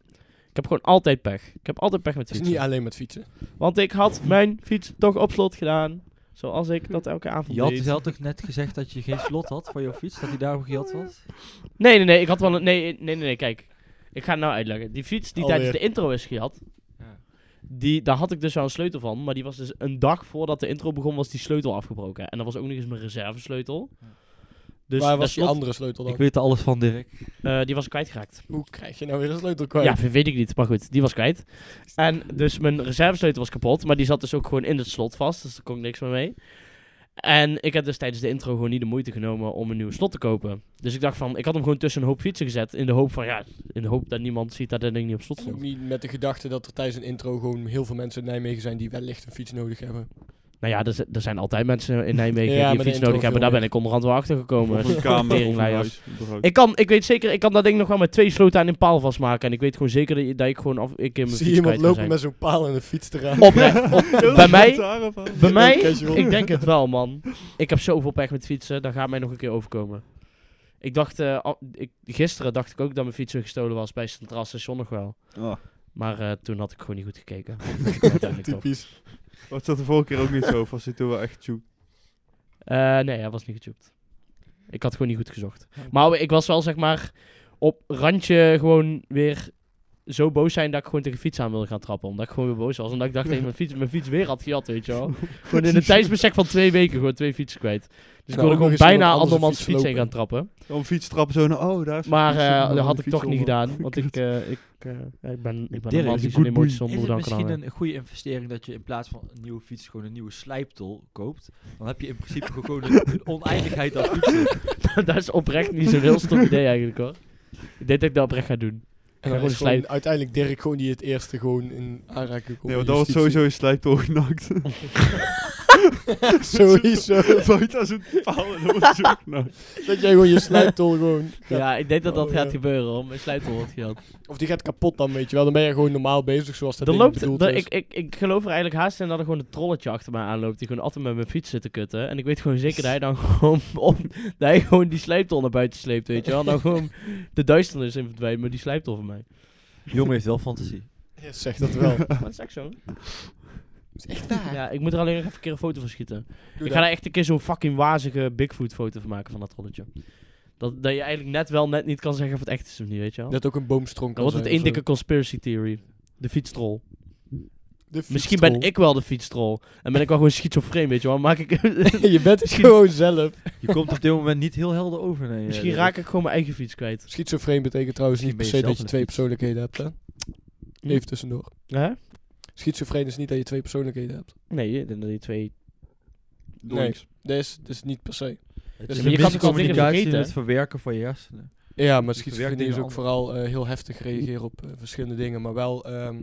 [SPEAKER 1] Ik heb gewoon altijd pech. Ik heb altijd pech met
[SPEAKER 2] Het is
[SPEAKER 1] fietsen.
[SPEAKER 2] niet alleen met fietsen.
[SPEAKER 1] Want ik had mijn fiets toch op slot gedaan. Zoals ik dat elke avond
[SPEAKER 4] Je had
[SPEAKER 1] deed.
[SPEAKER 4] zelf toch net gezegd dat je geen slot had voor jouw fiets, dat die daarom gejat was?
[SPEAKER 1] Nee, nee, nee. Ik had wel een... Nee, nee, nee, nee. Kijk. Ik ga het nou uitleggen. Die fiets die
[SPEAKER 2] Alweer.
[SPEAKER 1] tijdens de intro is gejat.
[SPEAKER 4] Ja.
[SPEAKER 1] Die, daar had ik dus wel een sleutel van. Maar die was dus een dag voordat de intro begon, was die sleutel afgebroken. En dat was ook nog eens mijn reservesleutel. Dus
[SPEAKER 2] Waar
[SPEAKER 1] dat
[SPEAKER 2] was die
[SPEAKER 1] slot,
[SPEAKER 2] andere sleutel
[SPEAKER 4] Ik
[SPEAKER 2] dan?
[SPEAKER 4] weet er alles van, Dirk.
[SPEAKER 1] eh, die was kwijtgeraakt.
[SPEAKER 2] Hoe krijg je nou weer een sleutel kwijt?
[SPEAKER 1] Ja, weet ik niet. Maar goed, die was kwijt. En dus mijn reservesleutel was kapot. Maar die zat dus ook gewoon in het slot vast. Dus daar kon ik niks meer mee. En ik heb dus tijdens de intro gewoon niet de moeite genomen om een nieuw slot te kopen. Dus ik dacht van, ik had hem gewoon tussen een hoop fietsen gezet. In de hoop van, ja, in de hoop dat niemand ziet dat dat ding niet op slot
[SPEAKER 2] En ook
[SPEAKER 1] stond.
[SPEAKER 2] niet met de gedachte dat er tijdens een intro gewoon heel veel mensen in Nijmegen zijn die wellicht een fiets nodig hebben.
[SPEAKER 1] Nou ja, er, zi- er zijn altijd mensen in Nijmegen
[SPEAKER 2] Ja, maar
[SPEAKER 1] die
[SPEAKER 2] de
[SPEAKER 1] een fiets
[SPEAKER 2] intro
[SPEAKER 1] nodig hebben. Daar
[SPEAKER 2] veel
[SPEAKER 1] ben ik onderhand wel achter gekomen.
[SPEAKER 3] Of een kamer of een
[SPEAKER 1] Teringleiers.
[SPEAKER 3] huis. überhaupt.
[SPEAKER 1] Ik kan, ik weet zeker, ik kan dat ding nog wel met twee sloten aan een paal vastmaken. En ik weet gewoon zeker dat, je- dat ik gewoon af, ik in mijn
[SPEAKER 2] Zie je
[SPEAKER 1] fiets
[SPEAKER 2] iemand
[SPEAKER 1] kwijt kan
[SPEAKER 2] lopen
[SPEAKER 1] zijn.
[SPEAKER 2] met zo'n paal en een fiets te raken?
[SPEAKER 1] Oprecht, op- bij mij, bij mij,
[SPEAKER 2] Casual.
[SPEAKER 1] ik denk het wel man. Ik heb zoveel pech met fietsen, dat gaat mij nog een keer overkomen. Ik dacht, eh, al- ik, gisteren dacht ik ook dat mijn fiets weer gestolen was bij Centraal Station nog wel.
[SPEAKER 3] Oh,
[SPEAKER 1] Maar eh, toen had ik gewoon niet goed gekeken. Uiteindelijk toch.
[SPEAKER 2] Typisch.
[SPEAKER 3] was dat de vorige keer ook niet zo? Of was dit toen wel echt tjoe?
[SPEAKER 1] Eh, nee, hij was niet getubed. Ik had gewoon niet goed gezocht. Maar ik was wel, zeg maar, op randje gewoon weer zo boos zijn dat ik gewoon tegen fiets aan wilde gaan trappen. Omdat ik gewoon weer boos was. Omdat ik dacht dat ik mijn fiets, mijn fiets weer had gejat, weet je wel. Gewoon in een tijdsbestek van twee weken gewoon twee fietsen kwijt. Dus
[SPEAKER 2] Nou,
[SPEAKER 1] ik wilde
[SPEAKER 2] ook nog
[SPEAKER 1] gewoon
[SPEAKER 2] eens iemand
[SPEAKER 1] bijna
[SPEAKER 2] anders een
[SPEAKER 1] andermans
[SPEAKER 2] fiets
[SPEAKER 1] fiets heen gaan
[SPEAKER 2] lopen.
[SPEAKER 1] trappen.
[SPEAKER 3] Om fiets trappen zo naar, oh, daar is
[SPEAKER 1] Maar
[SPEAKER 3] fiets,
[SPEAKER 1] eh
[SPEAKER 3] dan
[SPEAKER 1] dat
[SPEAKER 3] de
[SPEAKER 1] had ik
[SPEAKER 3] fiets
[SPEAKER 1] toch niet
[SPEAKER 3] onder.
[SPEAKER 1] gedaan. Want ik, eh, ik, eh, ja, ik ben, ik ben
[SPEAKER 4] Dirk,
[SPEAKER 1] een man die
[SPEAKER 3] goed
[SPEAKER 1] zijn emoties
[SPEAKER 3] boei.
[SPEAKER 1] onder de
[SPEAKER 4] Is
[SPEAKER 1] dan
[SPEAKER 4] het
[SPEAKER 1] kan
[SPEAKER 4] misschien
[SPEAKER 1] houden.
[SPEAKER 4] een goede investering dat je in plaats van een nieuwe fiets gewoon een nieuwe slijptol koopt? Dan heb je in principe gewoon een, een oneindigheid aan fietsen.
[SPEAKER 1] dat is oprecht niet zo'n heel stom idee eigenlijk hoor. Ik denk dat ik dat oprecht ga doen.
[SPEAKER 2] En
[SPEAKER 1] Gewoon
[SPEAKER 2] dan is
[SPEAKER 1] slijpen.
[SPEAKER 2] gewoon uiteindelijk Dirk gewoon die het eerste gewoon in aanraking komt.
[SPEAKER 3] Nee,
[SPEAKER 2] met
[SPEAKER 3] want dat was
[SPEAKER 2] justitie.
[SPEAKER 3] sowieso een slijptol genakt.
[SPEAKER 2] Sowieso.
[SPEAKER 3] Buiten als een paal en dat was ook genakt.
[SPEAKER 2] Dat jij gewoon je slijptol gewoon...
[SPEAKER 1] Ja, ik denk dat dat
[SPEAKER 2] Oh,
[SPEAKER 1] gaat
[SPEAKER 2] ja.
[SPEAKER 1] gebeuren hoor. Mijn sleutel wordt gejat.
[SPEAKER 2] Of die gaat kapot dan, weet je wel. Dan ben je gewoon normaal bezig zoals dat
[SPEAKER 1] Er
[SPEAKER 2] ding
[SPEAKER 1] loopt,
[SPEAKER 2] bedoeld
[SPEAKER 1] er-
[SPEAKER 2] is.
[SPEAKER 1] ik, ik, ik geloof er eigenlijk haast in dat er gewoon een trolletje achter me aanloopt. Die gewoon altijd met mijn fiets zit te kutten. En ik weet gewoon zeker dat hij dan gewoon, op, dat hij gewoon die slijptol naar buiten sleept, weet je wel. Dan gewoon de duisternis in verdwijnt, maar die slijptol van mij.
[SPEAKER 4] Jongen heeft wel fantasie.
[SPEAKER 2] Ja, zeg dat wel.
[SPEAKER 1] Maar dat is echt zo.
[SPEAKER 2] echt daar.
[SPEAKER 1] Ja, ik moet er alleen nog even een keer een foto van schieten.
[SPEAKER 2] Doe
[SPEAKER 1] ik
[SPEAKER 2] dat.
[SPEAKER 1] ga daar echt een keer zo'n fucking wazige Bigfoot foto van maken van dat trolletje. Dat, dat je eigenlijk net wel net niet kan zeggen of het echt is of niet, weet je wel.
[SPEAKER 2] Dat ook een boomstronk
[SPEAKER 1] Dan
[SPEAKER 2] kan
[SPEAKER 1] wordt het
[SPEAKER 2] zijn
[SPEAKER 1] één
[SPEAKER 2] of zo.
[SPEAKER 1] dikke conspiracy theory. De fietstrol.
[SPEAKER 2] De fietstrol.
[SPEAKER 1] Misschien ben ik wel de fietstrol. En ben ik wel gewoon schizofreen, weet je wel. Maak ik
[SPEAKER 2] je bent het gewoon zelf.
[SPEAKER 4] Je komt op dit moment niet heel helder over. Nee, eh,
[SPEAKER 1] Misschien
[SPEAKER 4] Dirk.
[SPEAKER 1] raak ik gewoon mijn eigen fiets kwijt.
[SPEAKER 2] Schizofreen betekent trouwens niet per
[SPEAKER 4] Misschien
[SPEAKER 2] se
[SPEAKER 4] ben je
[SPEAKER 2] dat je
[SPEAKER 4] zelf
[SPEAKER 2] twee
[SPEAKER 4] een fiets.
[SPEAKER 2] persoonlijkheden hebt, hè?
[SPEAKER 1] Hm.
[SPEAKER 2] Even tussendoor.
[SPEAKER 1] Hè?
[SPEAKER 2] Schizofreen is niet dat je twee persoonlijkheden hebt.
[SPEAKER 1] Nee, ik denk dat die twee...
[SPEAKER 3] Doinks.
[SPEAKER 2] Dat is, dat is Dus, niet per se.
[SPEAKER 4] Het
[SPEAKER 2] Ja,
[SPEAKER 4] is
[SPEAKER 2] maar
[SPEAKER 4] een
[SPEAKER 2] je kan ook al dingen
[SPEAKER 4] miscommunicatie
[SPEAKER 1] vergeten,
[SPEAKER 4] met
[SPEAKER 1] hè?
[SPEAKER 4] het verwerken van je hersenen.
[SPEAKER 2] Ja, maar
[SPEAKER 4] Je
[SPEAKER 2] schizofrenie
[SPEAKER 4] verwerkt
[SPEAKER 2] is
[SPEAKER 4] dingen
[SPEAKER 2] ook vooral eh, heel heftig reageren op eh, verschillende dingen. Maar wel ehm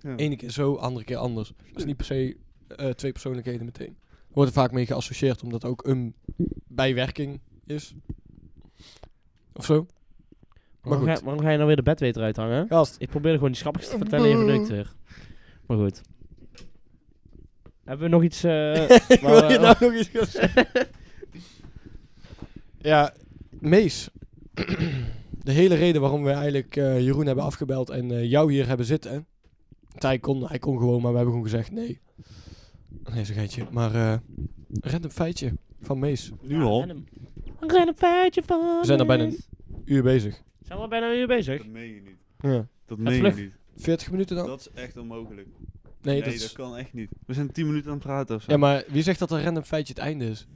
[SPEAKER 3] Ja.
[SPEAKER 2] ene keer zo, andere keer anders. Dat is niet per se eh, twee persoonlijkheden meteen. Er wordt er vaak mee geassocieerd omdat ook een bijwerking is. Of zo. Maar
[SPEAKER 1] Waarom,
[SPEAKER 2] goed. Oh,
[SPEAKER 1] Ga, waarom ga je nou weer de bedweter uithangen?
[SPEAKER 2] Gast.
[SPEAKER 1] Ik probeerde gewoon die schappigste te vertellen en je verdeukt het weer. Maar goed. Hebben we nog iets... eh, waar
[SPEAKER 2] Wil
[SPEAKER 1] we-
[SPEAKER 2] je nou nog iets gaan zeggen? ja, Mees. De hele reden waarom we eigenlijk eh, Jeroen hebben afgebeld en eh, jou hier hebben zitten. Want Hij kon, hij kon gewoon, maar we hebben gewoon gezegd nee. Nee, zo'n geitje. Maar eh random feitje van Mees.
[SPEAKER 3] Nu al.
[SPEAKER 1] Random. Een klein feitje van...
[SPEAKER 2] We zijn er bijna
[SPEAKER 1] mij.
[SPEAKER 2] een uur bezig.
[SPEAKER 1] Zijn we al bijna weer bezig?
[SPEAKER 3] Dat meen je niet.
[SPEAKER 2] Ja.
[SPEAKER 3] Dat
[SPEAKER 1] Gaat
[SPEAKER 3] meen je
[SPEAKER 1] vlug.
[SPEAKER 3] niet.
[SPEAKER 2] 40 minuten dan?
[SPEAKER 3] Dat is echt onmogelijk.
[SPEAKER 2] nee,
[SPEAKER 3] Nee,
[SPEAKER 2] dat
[SPEAKER 3] dat
[SPEAKER 2] is...
[SPEAKER 3] kan echt niet. We zijn 10 minuten aan het praten of zo.
[SPEAKER 2] Ja, maar wie zegt dat een random feitje het einde is?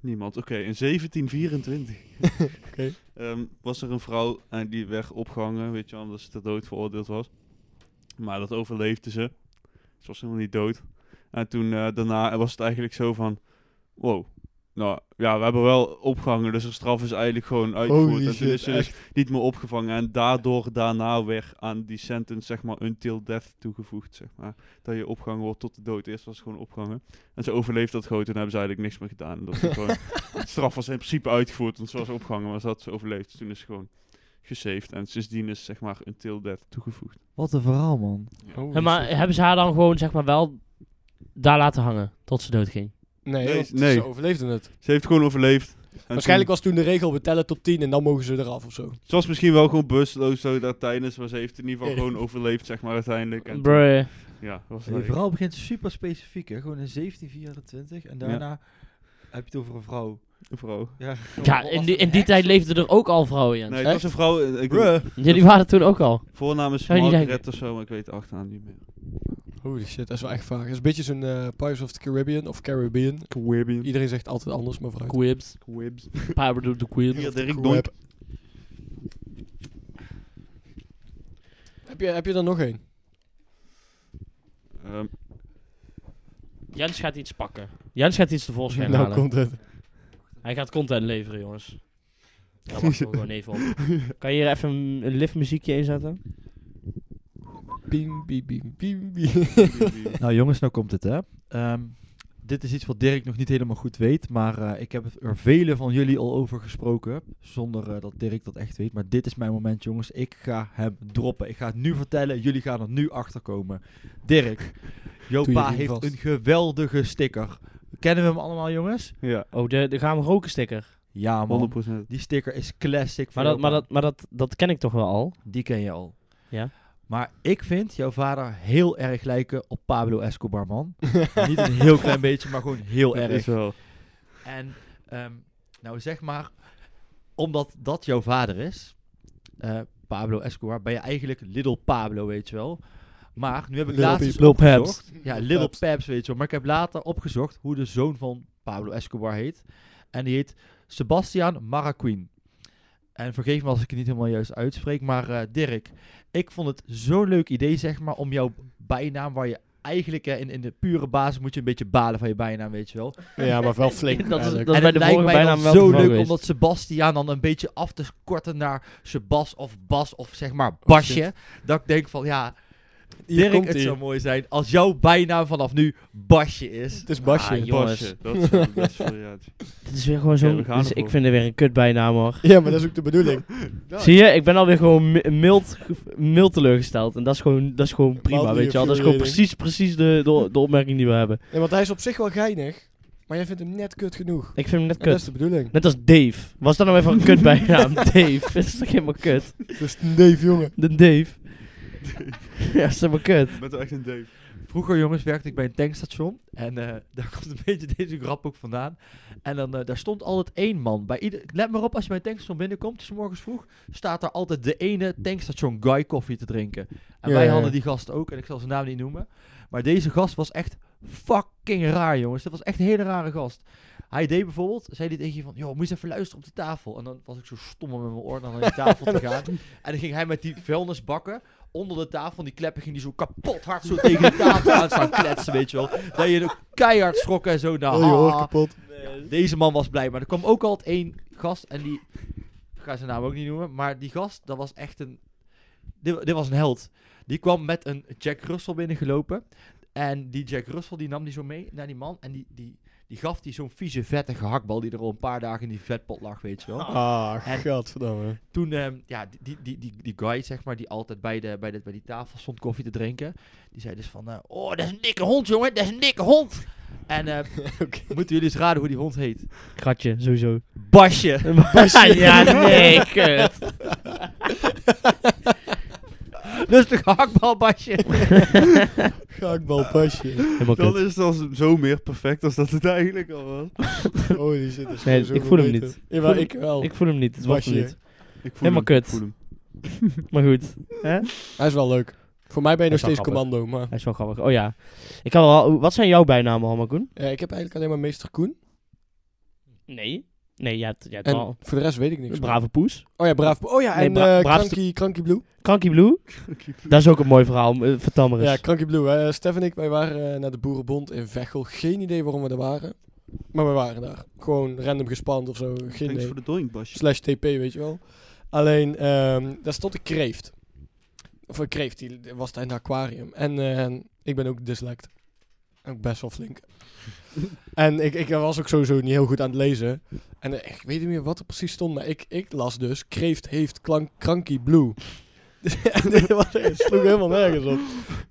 [SPEAKER 3] Niemand. Oké, in 1724
[SPEAKER 2] Oké.
[SPEAKER 3] ehm, was er een vrouw en die werd opgehangen, weet je, wel, omdat ze ter dood veroordeeld was. Maar dat overleefde ze. Ze was helemaal niet dood. En toen eh, daarna was het eigenlijk zo van, wow. Nou ja, we hebben wel opgehangen, dus haar straf is eigenlijk gewoon uitgevoerd.
[SPEAKER 2] Holy
[SPEAKER 3] en toen
[SPEAKER 2] shit,
[SPEAKER 3] is ze dus niet meer opgevangen. En daardoor daarna werd aan die sentence, zeg maar, until death toegevoegd, zeg maar. Dat je opgehangen wordt tot de dood. Eerst was ze gewoon opgehangen. En ze overleeft dat gewoon, toen hebben ze eigenlijk niks meer gedaan. En Dat ze gewoon de straf was in principe uitgevoerd, want ze was opgehangen, maar ze had ze overleefd. Dus Toen is ze gewoon gesaved. En sindsdien is zeg maar until death toegevoegd.
[SPEAKER 4] Wat een verhaal, man.
[SPEAKER 2] Holy
[SPEAKER 1] Hè, maar
[SPEAKER 2] shit.
[SPEAKER 1] hebben ze haar dan gewoon, zeg maar, wel daar laten hangen? Tot ze dood ging?
[SPEAKER 2] Nee,
[SPEAKER 3] Nee,
[SPEAKER 2] want
[SPEAKER 3] nee.
[SPEAKER 2] ze overleefden het.
[SPEAKER 3] Ze heeft gewoon overleefd. En
[SPEAKER 2] Waarschijnlijk
[SPEAKER 3] toen-
[SPEAKER 2] was toen de regel, we tellen tot 10 en dan mogen ze eraf of zo.
[SPEAKER 3] Ze was misschien wel gewoon bewusteloos zo daar tijdens, maar ze heeft in ieder geval
[SPEAKER 2] Ja.
[SPEAKER 3] gewoon overleefd, zeg maar, uiteindelijk. En toen-
[SPEAKER 1] Bruh.
[SPEAKER 3] ja, dat was
[SPEAKER 4] Je
[SPEAKER 3] eigenlijk-
[SPEAKER 4] verhaal begint super specifiek, hè? Gewoon in 1724 en daarna heb je het over een vrouw.
[SPEAKER 3] een vrouw.
[SPEAKER 4] Ja,
[SPEAKER 1] Ja, in die, in die tijd leefden er ook al vrouwen, Jens.
[SPEAKER 3] Nee, het was
[SPEAKER 2] Echt?
[SPEAKER 3] een vrouw. eh, Ik,
[SPEAKER 1] Jullie waren toen ook al.
[SPEAKER 3] Voornaam is
[SPEAKER 1] Zou je niet
[SPEAKER 3] Margaret of zo, maar ik weet de achternaam niet meer.
[SPEAKER 2] Holy shit, dat is wel echt vaag. Dat is een beetje zo'n eh, Pirates of the Caribbean of Caribbean.
[SPEAKER 3] Caribbean.
[SPEAKER 2] Iedereen zegt altijd anders, maar vooruit.
[SPEAKER 1] Quibs.
[SPEAKER 3] Quibs.
[SPEAKER 1] Pirate of the Quibs.
[SPEAKER 3] Hier, Dirk
[SPEAKER 2] Crab.
[SPEAKER 3] Donk.
[SPEAKER 2] Heb je, heb je er nog één?
[SPEAKER 3] Ehm,
[SPEAKER 1] Jens gaat iets pakken. Jens gaat iets tevoorschijn halen.
[SPEAKER 2] het.
[SPEAKER 1] Hij gaat content leveren, jongens. Daar wachten we gewoon even op. Kan je hier even een, een lift muziekje inzetten?
[SPEAKER 2] Bim, bim, bim, bim,
[SPEAKER 4] Nou jongens, nou komt het hè. Ehm, dit is iets wat Dirk nog niet helemaal goed weet, maar eh, ik heb er vele van jullie al over gesproken, zonder eh, dat Dirk dat echt weet. Maar dit is mijn moment jongens, ik ga hem droppen. Ik ga het nu vertellen, jullie gaan er nu achter komen. Dirk, jouw
[SPEAKER 2] Doe je
[SPEAKER 4] pa
[SPEAKER 2] riem
[SPEAKER 4] heeft
[SPEAKER 2] vast.
[SPEAKER 4] een geweldige sticker. Kennen we hem allemaal jongens?
[SPEAKER 3] ja.
[SPEAKER 1] Oh, de, de gaan we roken sticker.
[SPEAKER 4] Ja, man.
[SPEAKER 3] 100%.
[SPEAKER 4] Die sticker is classic. voor
[SPEAKER 1] Maar, dat,
[SPEAKER 4] jou,
[SPEAKER 1] maar,
[SPEAKER 4] pa.
[SPEAKER 1] dat, maar dat, dat ken ik toch wel al?
[SPEAKER 4] Die ken je al.
[SPEAKER 1] Ja.
[SPEAKER 4] Maar ik vind jouw vader heel erg lijken op Pablo Escobar, man. Niet een heel klein beetje, maar gewoon heel
[SPEAKER 3] Dat is
[SPEAKER 4] erg.
[SPEAKER 3] wel.
[SPEAKER 4] En ehm, nou zeg maar, omdat dat jouw vader is, eh, Pablo Escobar, ben je eigenlijk Little Pablo, weet je wel. Maar nu heb ik
[SPEAKER 2] Little
[SPEAKER 4] laatst eens
[SPEAKER 2] Peep. Little Peps.
[SPEAKER 4] opgezocht. Ja, Little
[SPEAKER 2] Peps.
[SPEAKER 4] Peps. weet je wel. Maar ik heb later opgezocht hoe de zoon van Pablo Escobar heet. En die heet Sebastian Maraquin. En vergeef me als ik het niet helemaal juist uitspreek, maar eh, Dirk, ik vond het zo'n leuk idee, zeg maar, om jouw bijnaam, waar je eigenlijk eh, in, in de pure basis moet je een beetje balen van je bijnaam, weet je wel.
[SPEAKER 2] Ja, maar wel flink.
[SPEAKER 1] Dat is-
[SPEAKER 2] eigenlijk.
[SPEAKER 1] dat-
[SPEAKER 4] en
[SPEAKER 1] bij
[SPEAKER 4] het
[SPEAKER 1] de
[SPEAKER 4] lijkt
[SPEAKER 1] vorige
[SPEAKER 4] mij
[SPEAKER 1] bijnaam
[SPEAKER 4] dan
[SPEAKER 1] wel
[SPEAKER 4] zo
[SPEAKER 1] het
[SPEAKER 4] leuk
[SPEAKER 1] geval geweest.
[SPEAKER 4] om dat Sebastiaan dan een beetje af te korten naar Sebas of Bas of zeg
[SPEAKER 1] Oh,
[SPEAKER 4] maar Basje. dat ik denk van ja,
[SPEAKER 2] Hier
[SPEAKER 4] Dirk,
[SPEAKER 2] komt
[SPEAKER 4] het
[SPEAKER 2] ie.
[SPEAKER 4] zou mooi zijn als jouw bijnaam vanaf nu Basje is.
[SPEAKER 2] Het is Basje.
[SPEAKER 1] Ah, joh. Jongens.
[SPEAKER 3] Pasje, dat is wel de beste variatie.
[SPEAKER 1] Dit is weer gewoon
[SPEAKER 3] Ja,
[SPEAKER 1] zo'n...
[SPEAKER 3] we gaan
[SPEAKER 1] dus
[SPEAKER 3] ervoor.
[SPEAKER 1] ik vind er weer een kut bijnaam hoor.
[SPEAKER 2] ja, maar dat is ook de bedoeling.
[SPEAKER 1] Zie je, ik ben alweer gewoon mi- mild, ge- mild teleurgesteld. En dat is gewoon, dat is gewoon prima,
[SPEAKER 2] Mildly
[SPEAKER 1] weet je wel. Dat is gewoon
[SPEAKER 2] infuriating.
[SPEAKER 1] precies, precies de, de, de opmerking die we hebben.
[SPEAKER 2] Nee, want hij is op zich wel geinig, maar jij vindt hem net kut genoeg.
[SPEAKER 1] Ik vind hem net
[SPEAKER 2] En dat
[SPEAKER 1] kut.
[SPEAKER 2] is de bedoeling.
[SPEAKER 1] Net als Dave. Was dat nou even een kut bijnaam? Dave. Dat is toch helemaal kut?
[SPEAKER 2] Dat is een Dus neef, jongen.
[SPEAKER 1] De Dave. ja, dat is helemaal kut.
[SPEAKER 3] Ik ben toch echt een Dave.
[SPEAKER 4] Vroeger jongens werkte ik bij een tankstation en eh, daar komt een beetje deze grap ook vandaan. En dan, eh, daar stond altijd één man. Bij ieder, let maar op als je bij een tankstation binnenkomt, 's morgens vroeg, staat er altijd de ene tankstation guy koffie te drinken. En
[SPEAKER 2] Ja,
[SPEAKER 4] wij
[SPEAKER 2] ja,
[SPEAKER 4] hadden
[SPEAKER 2] ja.
[SPEAKER 4] die gast ook, en ik zal zijn naam niet noemen. Maar deze gast was echt fucking raar, jongens. Dat was echt een hele rare gast. Hij deed bijvoorbeeld, zei hij tegen je van, joh, moet je eens even luisteren op die tafel. En dan was ik zo stom om met mijn oor naar die tafel te gaan. En dan ging hij met die vuilnisbakken onder de tafel, en die kleppen ging die zo kapot hard zo tegen de tafel aan staan kletsen, weet je wel. Dat je ook keihard schrok en zo. Nou,
[SPEAKER 2] Oh, je hoort
[SPEAKER 4] ah.
[SPEAKER 2] kapot.
[SPEAKER 4] Deze man was blij, maar er kwam ook altijd één gast en die... Ik ga zijn naam ook niet noemen, maar die gast, dat was echt een... Dit, dit was een held. Die kwam met een Jack Russell binnengelopen. En die Jack Russell, die nam die zo mee naar die man. En die, die, die gaf die zo'n vieze, vette gehaktbal die er al een paar dagen in die vetpot lag, weet je wel
[SPEAKER 2] Ah,
[SPEAKER 4] En-
[SPEAKER 2] godverdamme.
[SPEAKER 4] toen, ehm, ja, die, die, die, die, die guy, zeg maar, die altijd bij, de, bij, de, bij die tafel stond koffie te drinken, die zei dus van, eh, oh, dat is een dikke hond, jongen, dat is een dikke hond. En eh, moeten jullie eens raden hoe die hond heet?
[SPEAKER 1] Kratje, sowieso.
[SPEAKER 4] Basje.
[SPEAKER 1] ja, nee, kut.
[SPEAKER 4] Lustig hakbal, Basje.
[SPEAKER 2] Gaakbalpasje.
[SPEAKER 1] Helemaal
[SPEAKER 3] Dan
[SPEAKER 1] kut.
[SPEAKER 3] is het al zo meer perfect als dat het eigenlijk al was.
[SPEAKER 2] Holy shit. dat is
[SPEAKER 1] Nee,
[SPEAKER 2] zo
[SPEAKER 1] ik voel hem
[SPEAKER 2] beter.
[SPEAKER 1] niet.
[SPEAKER 2] Ja, maar
[SPEAKER 1] Voel-
[SPEAKER 2] ik wel.
[SPEAKER 1] Oh. Ik voel hem niet, het was hem
[SPEAKER 2] Basje.
[SPEAKER 1] niet.
[SPEAKER 3] Ik voel
[SPEAKER 1] Helemaal
[SPEAKER 3] hem,
[SPEAKER 1] kut.
[SPEAKER 3] ik voel hem.
[SPEAKER 1] Maar goed, hè?
[SPEAKER 2] Hij is wel leuk. Voor mij ben je nog
[SPEAKER 1] Hij is
[SPEAKER 2] steeds
[SPEAKER 1] wel
[SPEAKER 2] commando, maar...
[SPEAKER 1] Hij is wel grappig. Oh ja. Ik had al, oh, wat zijn jouw bijnamen, Hamakoen?
[SPEAKER 2] Eh, ik heb eigenlijk alleen maar meester Koen.
[SPEAKER 1] Nee. Nee, ja, het, ja, het
[SPEAKER 2] En
[SPEAKER 1] wel.
[SPEAKER 2] voor de rest weet ik niks. meer.
[SPEAKER 1] Brave poes.
[SPEAKER 2] Oh ja, braaf. Oh ja,
[SPEAKER 1] Nee,
[SPEAKER 2] en
[SPEAKER 1] bra-
[SPEAKER 2] eh,
[SPEAKER 1] braafste-
[SPEAKER 2] Cranky, Cranky Blue.
[SPEAKER 1] Kranky Blue. Dat is ook een mooi verhaal. eh, Vertel maar eens.
[SPEAKER 2] Ja, Cranky Blue. hè. Stef en ik, wij waren eh, naar de Boerenbond in Veghel. Geen idee waarom we daar waren. Maar we waren daar. Gewoon random gespand of zo. Geen
[SPEAKER 3] Thanks
[SPEAKER 2] idee.
[SPEAKER 3] voor de doink, Basje.
[SPEAKER 2] Slash TP, weet je wel. Alleen, ehm, daar stond een kreeft. Of een kreeft, die was daar in het aquarium. En eh, ik ben ook dyslect. Ook best wel flink. en ik, ik was ook sowieso niet heel goed aan het lezen. En eh, ik weet niet meer wat er precies stond, maar ik, ik las dus... Kreeft heeft klank, cranky blue. en dit was- het sloeg helemaal nergens op.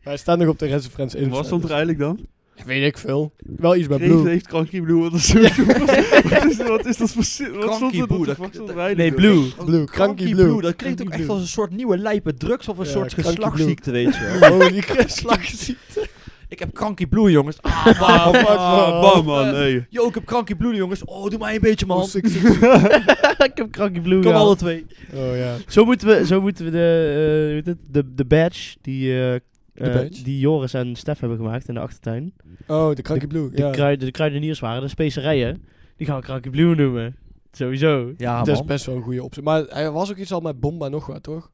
[SPEAKER 2] Wij staan nog op de Reds Friends Insta.
[SPEAKER 3] Wat stond er
[SPEAKER 2] dus-
[SPEAKER 3] eigenlijk dan?
[SPEAKER 2] Weet ik veel. Wel iets bij
[SPEAKER 3] Kreeft
[SPEAKER 2] blue.
[SPEAKER 3] heeft krankie blue onderzoek. Wat is- Wat is dat voor zin? Wat stond
[SPEAKER 4] Cranky
[SPEAKER 3] er
[SPEAKER 4] Blue,
[SPEAKER 3] Wat de
[SPEAKER 4] dat-
[SPEAKER 3] fuck stond er
[SPEAKER 4] dat-
[SPEAKER 1] Nee,
[SPEAKER 3] eigenlijk dan?
[SPEAKER 1] Blue.
[SPEAKER 2] Blue, cranky
[SPEAKER 4] Oh, Cranky
[SPEAKER 2] blue.
[SPEAKER 4] Dat klinkt ook
[SPEAKER 2] Cranky
[SPEAKER 4] echt
[SPEAKER 2] blue.
[SPEAKER 4] als een soort nieuwe lijpe drugs of een
[SPEAKER 2] Ja,
[SPEAKER 4] soort
[SPEAKER 2] Cranky Blue. Oh,
[SPEAKER 4] geslachtsziekte, weet je wel.
[SPEAKER 2] Holy Christ.
[SPEAKER 4] ik heb Cranky Blue, jongens. Ah,
[SPEAKER 2] Ah,
[SPEAKER 4] bam.
[SPEAKER 2] fuck,
[SPEAKER 3] Ah,
[SPEAKER 2] man.
[SPEAKER 3] bam man, nee.
[SPEAKER 4] Yo, ik heb Cranky Blue, jongens. Oh, doe mij een beetje, man.
[SPEAKER 2] Oh, sick, sick,
[SPEAKER 1] ik heb Kranky Blue
[SPEAKER 4] Kom
[SPEAKER 1] gehad.
[SPEAKER 4] alle twee.
[SPEAKER 2] Oh ja.
[SPEAKER 1] Zo moeten we, zo moeten we de, eh, hoe heet het? de, de badge die... eh, eh,
[SPEAKER 2] badge?
[SPEAKER 1] die Joris en Stef hebben gemaakt in de achtertuin.
[SPEAKER 2] Oh, de Cranky Blue.
[SPEAKER 1] De,
[SPEAKER 2] ja.
[SPEAKER 1] kruiden, de kruideniers waren, de specerijen. Die gaan we Kranky Blue noemen. Sowieso.
[SPEAKER 4] Ja,
[SPEAKER 2] dat is
[SPEAKER 4] man.
[SPEAKER 2] best wel een goede optie. Maar er was ook iets al met Bomba nog wat, toch?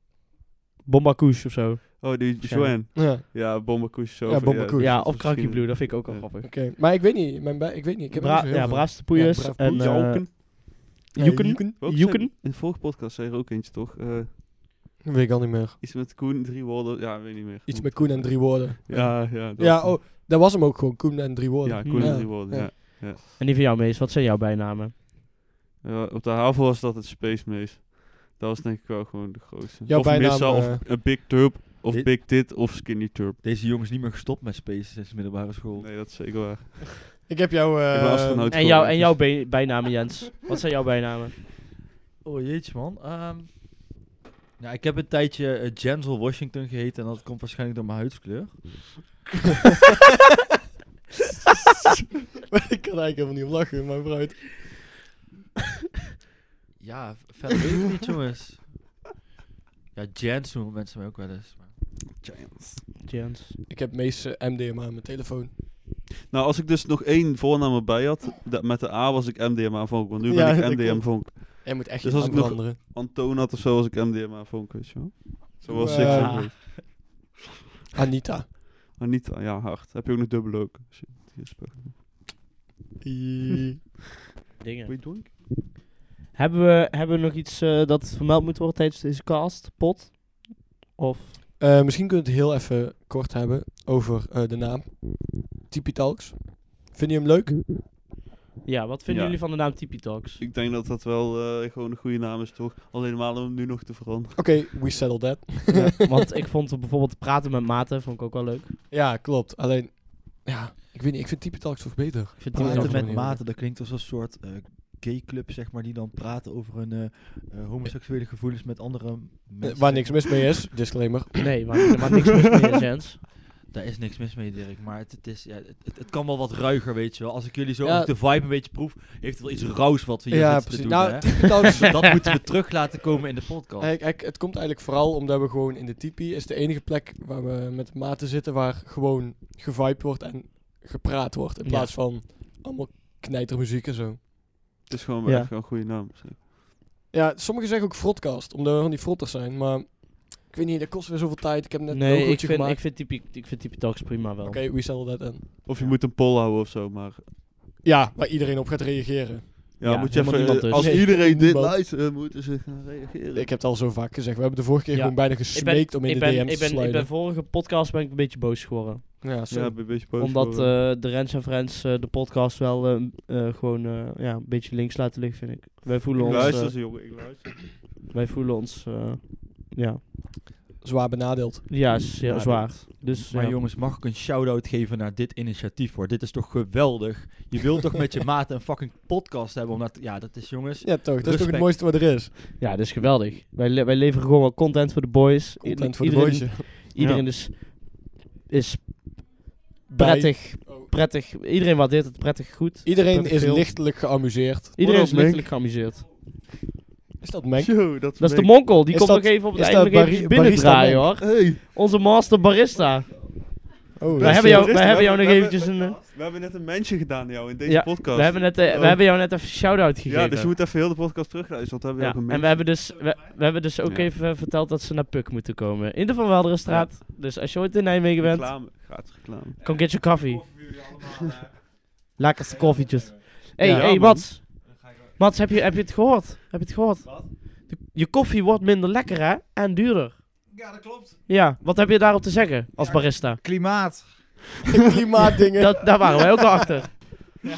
[SPEAKER 1] Bomba Koes of zo.
[SPEAKER 3] Oh, die
[SPEAKER 1] Ja.
[SPEAKER 3] Joanne.
[SPEAKER 2] Ja,
[SPEAKER 3] Ja, Bombakoes.
[SPEAKER 2] Ja, Bombakoes. Koes,
[SPEAKER 1] ja,
[SPEAKER 3] dat
[SPEAKER 1] of
[SPEAKER 3] is
[SPEAKER 1] Kranky
[SPEAKER 3] misschien-
[SPEAKER 1] Blue, dat vind ik ook wel
[SPEAKER 3] Ja.
[SPEAKER 1] grappig.
[SPEAKER 2] oké. Maar ik weet niet. Mijn bij- ik weet niet. Ik heb er
[SPEAKER 1] Bra-
[SPEAKER 2] niet zo heel
[SPEAKER 1] ja,
[SPEAKER 2] veel.
[SPEAKER 1] braafste poeiers.
[SPEAKER 2] Ja, braaf
[SPEAKER 1] en,
[SPEAKER 2] poeiers.
[SPEAKER 1] eh,
[SPEAKER 3] Jouken.
[SPEAKER 2] Ja,
[SPEAKER 1] Joeken.
[SPEAKER 2] Joeken.
[SPEAKER 3] Welke
[SPEAKER 1] Joeken?
[SPEAKER 3] zei- In de vorige podcast zei er ook eentje, toch? Eh,
[SPEAKER 2] Dat weet ik al niet meer.
[SPEAKER 3] iets met Koen, drie woorden. Ja, weet niet meer.
[SPEAKER 2] Iets met Koen en drie woorden.
[SPEAKER 3] Ja, ja. dat-
[SPEAKER 2] Ja, oh, dat was hem ook gewoon. Koen en drie woorden.
[SPEAKER 3] Ja, Koen
[SPEAKER 2] Ja,
[SPEAKER 3] en drie woorden,
[SPEAKER 2] ja.
[SPEAKER 3] ja.
[SPEAKER 1] En die van jou, Mees, wat zijn jouw bijnamen?
[SPEAKER 3] Ja, op de haven was dat het Space Maze. Dat was denk ik wel gewoon de grootste.
[SPEAKER 2] Jouw
[SPEAKER 3] of
[SPEAKER 2] bijnaam,
[SPEAKER 3] Missa, of
[SPEAKER 2] eh,
[SPEAKER 3] een Big Turp, of
[SPEAKER 4] Dit-
[SPEAKER 3] Big Tit, of Skinny Turp.
[SPEAKER 4] Deze jongen is niet meer gestopt met Space sinds middelbare school.
[SPEAKER 3] Nee, dat is zeker waar.
[SPEAKER 2] Ik heb jou... eh,
[SPEAKER 3] Ik ben astronaut
[SPEAKER 1] En, jou, en
[SPEAKER 3] geworden,
[SPEAKER 1] jouw bij- bijnamen, Jens. Wat zijn jouw bijnamen?
[SPEAKER 4] Oh jeetje man. Ehm, nou, ik heb een tijdje eh, Genzel Washington geheten en dat komt waarschijnlijk door mijn huidskleur.
[SPEAKER 2] ik kan eigenlijk helemaal niet om lachen, maar vooruit.
[SPEAKER 4] Ja, v- verder weet ik niet jongens. Ja, Jens noemen mensen mij ook wel eens. maar-
[SPEAKER 1] Jens.
[SPEAKER 2] Ik heb eh, meeste MDMA aan mijn telefoon.
[SPEAKER 3] dus. Nou, als ik dus nog één voornaam erbij had, dat met de A was ik MDMA Vonk, want nu
[SPEAKER 2] Ja,
[SPEAKER 3] ben
[SPEAKER 2] dat
[SPEAKER 3] ik MDM
[SPEAKER 2] klopt.
[SPEAKER 3] Vonk.
[SPEAKER 2] Jij moet echt
[SPEAKER 3] Dus
[SPEAKER 2] dus
[SPEAKER 3] als
[SPEAKER 2] aan
[SPEAKER 3] ik nog-
[SPEAKER 2] veranderen.
[SPEAKER 3] Antoon had of zo was ik MDMA Vonk, weet je wel. Zo was ik.
[SPEAKER 2] Wow.
[SPEAKER 3] zo geweest.
[SPEAKER 2] Anita.
[SPEAKER 3] Maar niet, ja, hard. Heb je ook nog dubbel ook. Shit, die is perfect.
[SPEAKER 2] I-
[SPEAKER 1] Dingen.
[SPEAKER 3] Weet je het?
[SPEAKER 1] Hebben we, hebben we nog iets eh, dat vermeld moet worden tijdens deze cast? Pot? Of?
[SPEAKER 2] Eh, misschien kunnen we het heel even kort hebben over eh, de naam. Tipi Talks. Vind je hem leuk?
[SPEAKER 1] Mm. Ja, wat vinden
[SPEAKER 3] Ja.
[SPEAKER 1] jullie van de naam Tipi Talks?
[SPEAKER 3] Ik denk dat dat wel eh, gewoon een goede naam is, toch? Alleen normaal om hem nu nog te veranderen.
[SPEAKER 2] Oké, we settle that.
[SPEAKER 1] Ja, want ik vond bijvoorbeeld praten met maten vond ik ook wel leuk.
[SPEAKER 2] Ja, klopt. Alleen, ja, ik weet niet. Ik vind Tipi Talks toch beter.
[SPEAKER 1] Ik vind Tipi
[SPEAKER 2] Praten
[SPEAKER 4] Praten
[SPEAKER 1] Talks
[SPEAKER 2] met
[SPEAKER 1] wel
[SPEAKER 4] met
[SPEAKER 1] leuk.
[SPEAKER 4] maten, dat klinkt als een soort eh, gayclub, zeg maar, die dan praten over hun eh, eh, homoseksuele gevoelens met andere
[SPEAKER 2] Eh,
[SPEAKER 4] mensen.
[SPEAKER 2] waar niks mis mee is, disclaimer.
[SPEAKER 1] Nee, maar, maar niks mis meer, Jens.
[SPEAKER 4] Daar is niks mis mee, Dirk, maar het, het is, ja, het, het- het kan wel wat ruiger, weet je wel. Als ik jullie zo
[SPEAKER 2] Ja.
[SPEAKER 4] ook de vibe een beetje proef, heeft het wel iets rauws wat we hier
[SPEAKER 2] Ja,
[SPEAKER 4] zitten te
[SPEAKER 2] precies.
[SPEAKER 4] doen,
[SPEAKER 2] Nou,
[SPEAKER 4] hè?
[SPEAKER 2] Tipi Talks...
[SPEAKER 4] Dus dat moeten we terug laten komen in de podcast.
[SPEAKER 2] Eigenlijk- eigenlijk, het komt eigenlijk vooral omdat we gewoon in de tipi is de enige plek waar we met maten zitten waar gewoon gevibed wordt en gepraat wordt in
[SPEAKER 1] Ja.
[SPEAKER 2] plaats van allemaal knijtermuziek en zo.
[SPEAKER 3] Het is gewoon wel
[SPEAKER 1] Ja.
[SPEAKER 3] echt wel een goede naam.
[SPEAKER 2] Ja, sommigen zeggen ook frotcast, omdat we van die frotters zijn, maar ik weet niet, dat kost weer zoveel tijd. Ik heb net een
[SPEAKER 1] Nee, ik
[SPEAKER 2] logootje
[SPEAKER 1] vind, ik
[SPEAKER 2] gemaakt.
[SPEAKER 1] vind, Tipi, ik vind Tipi Talks prima wel.
[SPEAKER 2] Oké, we sell that in.
[SPEAKER 3] Of je moet een poll houden of zo, maar...
[SPEAKER 2] Ja, waar iedereen op gaat reageren.
[SPEAKER 3] Ja,
[SPEAKER 1] Ja,
[SPEAKER 3] moet je even...
[SPEAKER 1] helemaal niemand
[SPEAKER 3] eh,
[SPEAKER 1] dus.
[SPEAKER 3] Als
[SPEAKER 2] Nee,
[SPEAKER 3] iedereen dit
[SPEAKER 2] niemand.
[SPEAKER 3] luistert, moeten ze gaan reageren.
[SPEAKER 2] Ik heb het al zo vaak gezegd. We hebben de vorige keer
[SPEAKER 1] Ja.
[SPEAKER 2] gewoon bijna
[SPEAKER 1] Ik ben,
[SPEAKER 2] gesmeekt om in
[SPEAKER 1] ik
[SPEAKER 2] de
[SPEAKER 1] ben, ik
[SPEAKER 2] DM's te
[SPEAKER 1] ben, ik ben
[SPEAKER 2] sliden.
[SPEAKER 1] vorige podcast ben ik een beetje boos geworden.
[SPEAKER 2] Ja,
[SPEAKER 3] ja,
[SPEAKER 2] sorry.
[SPEAKER 3] ben een beetje boos
[SPEAKER 1] omdat
[SPEAKER 3] geworden.
[SPEAKER 1] eh, de Rens en Friends eh, de podcast wel eh, eh, gewoon eh, ja, een beetje links laten liggen, vind ik. Wij voelen
[SPEAKER 3] ik
[SPEAKER 1] ons,
[SPEAKER 3] luister
[SPEAKER 1] eh,
[SPEAKER 3] ze, jongen. Ik luister.
[SPEAKER 1] wij voelen ons eh, ja.
[SPEAKER 2] Zwaar benadeeld.
[SPEAKER 1] ja, is heel
[SPEAKER 3] Ja,
[SPEAKER 1] zwaar. Dus,
[SPEAKER 4] Maar
[SPEAKER 1] ja.
[SPEAKER 4] jongens, mag ik een shout-out geven naar dit initiatief hoor. Dit is toch geweldig. Je wilt toch met je maten een fucking podcast hebben om naar te- Ja, dat is jongens.
[SPEAKER 2] Ja, toch. Dat is toch het
[SPEAKER 4] Respect.
[SPEAKER 2] mooiste wat er is.
[SPEAKER 1] Ja, dat is geweldig. Wij, le- wij leveren gewoon wel content voor de boys.
[SPEAKER 2] Content
[SPEAKER 1] Ieder-
[SPEAKER 2] voor de
[SPEAKER 1] iedereen,
[SPEAKER 2] boysje.
[SPEAKER 1] Iedereen is, is
[SPEAKER 2] Bij-
[SPEAKER 1] prettig,
[SPEAKER 2] Oh.
[SPEAKER 1] prettig. Iedereen waardeert het prettig goed.
[SPEAKER 2] Iedereen
[SPEAKER 1] Prettig
[SPEAKER 2] is
[SPEAKER 1] veel.
[SPEAKER 2] lichtelijk geamuseerd.
[SPEAKER 1] Iedereen is
[SPEAKER 3] Menk?
[SPEAKER 1] lichtelijk geamuseerd.
[SPEAKER 2] Is dat Menk?
[SPEAKER 3] Yo, dat,
[SPEAKER 1] Dat is de
[SPEAKER 3] mop.
[SPEAKER 1] monkel, die
[SPEAKER 2] Is
[SPEAKER 1] komt
[SPEAKER 2] dat-
[SPEAKER 1] nog even op het
[SPEAKER 2] is
[SPEAKER 1] einde
[SPEAKER 2] dat
[SPEAKER 1] nog
[SPEAKER 2] Barry-
[SPEAKER 1] even binnendraaien hoor.
[SPEAKER 2] Barista
[SPEAKER 3] Hey,
[SPEAKER 1] Onze master barista.
[SPEAKER 2] Oh,
[SPEAKER 1] Wij
[SPEAKER 2] dat
[SPEAKER 1] hebben
[SPEAKER 2] is-
[SPEAKER 1] jou,
[SPEAKER 3] barista.
[SPEAKER 1] wij hebben jou
[SPEAKER 3] We
[SPEAKER 1] nog
[SPEAKER 3] hebben-
[SPEAKER 1] eventjes een... eh,
[SPEAKER 3] we hebben net een mensje gedaan, jou, in deze
[SPEAKER 1] Ja,
[SPEAKER 3] podcast.
[SPEAKER 1] We hebben net, eh,
[SPEAKER 3] Oh.
[SPEAKER 1] we hebben jou net even een shout-out gegeven.
[SPEAKER 3] Ja, dus je moet even heel de podcast terugluisteren, want we hebben
[SPEAKER 1] Ja,
[SPEAKER 3] ook een
[SPEAKER 1] en we
[SPEAKER 3] mensje.
[SPEAKER 1] hebben dus, we, we hebben dus ook
[SPEAKER 3] Ja.
[SPEAKER 1] even eh, verteld dat ze naar Puk moeten komen. In de Van Welderenstraat. Dus als je ooit in Nijmegen bent,
[SPEAKER 3] Reclame, gratis reclame.
[SPEAKER 1] kom get your coffee. Lekkerste koffietjes. hey,
[SPEAKER 2] Ja,
[SPEAKER 1] hey,
[SPEAKER 3] man.
[SPEAKER 1] Mats. Mats, heb je, heb je het gehoord? Heb je het gehoord? De- je koffie wordt minder lekker, hè? En duurder.
[SPEAKER 5] Ja, dat klopt.
[SPEAKER 1] Ja, wat heb je daarop te zeggen als
[SPEAKER 5] Ja.
[SPEAKER 1] barista?
[SPEAKER 5] Klimaat.
[SPEAKER 2] klimaatdingen.
[SPEAKER 1] Dat, daar waren wij ook al achter.
[SPEAKER 5] Ja.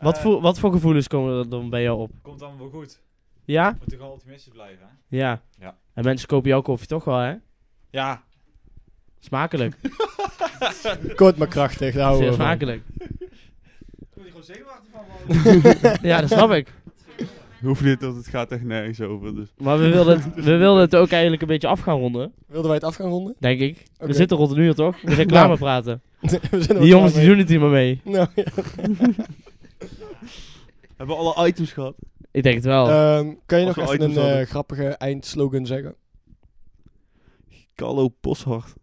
[SPEAKER 1] Wat,
[SPEAKER 5] Eh,
[SPEAKER 1] voor, wat voor gevoelens komen er dan bij jou op?
[SPEAKER 5] Komt allemaal wel goed.
[SPEAKER 1] Ja?
[SPEAKER 5] Moet toch wel optimistisch blijven, hè?
[SPEAKER 1] Ja.
[SPEAKER 5] Ja.
[SPEAKER 1] En mensen kopen jouw koffie toch wel, hè?
[SPEAKER 5] Ja.
[SPEAKER 1] Smakelijk.
[SPEAKER 2] Kort maar krachtig. Daar houden
[SPEAKER 1] Zeer
[SPEAKER 2] we van.
[SPEAKER 1] smakelijk.
[SPEAKER 5] Ik wil je gewoon zenuwachtig van
[SPEAKER 1] Ja, dat snap ik.
[SPEAKER 3] Hoef niet, want het gaat echt nergens over. Dus.
[SPEAKER 1] Maar we wilden het, we wilden het ook eigenlijk een beetje af gaan ronden,
[SPEAKER 2] Wilden wij het af gaan ronden?
[SPEAKER 1] denk ik.
[SPEAKER 2] Oké.
[SPEAKER 1] We zitten rond een uur, toch? We zijn
[SPEAKER 2] Nou.
[SPEAKER 1] klaar met praten.
[SPEAKER 2] we zijn er wel
[SPEAKER 1] Die jongens die
[SPEAKER 2] klaar
[SPEAKER 1] doen het hier maar mee.
[SPEAKER 2] mee. Nou, ja.
[SPEAKER 3] Hebben we alle items gehad?
[SPEAKER 1] Ik denk het wel.
[SPEAKER 2] Ehm, kan je
[SPEAKER 3] Als
[SPEAKER 2] nog
[SPEAKER 3] we
[SPEAKER 2] even een
[SPEAKER 3] items hadden.
[SPEAKER 2] eh, grappige eindslogan zeggen?
[SPEAKER 3] Carlo Poshart.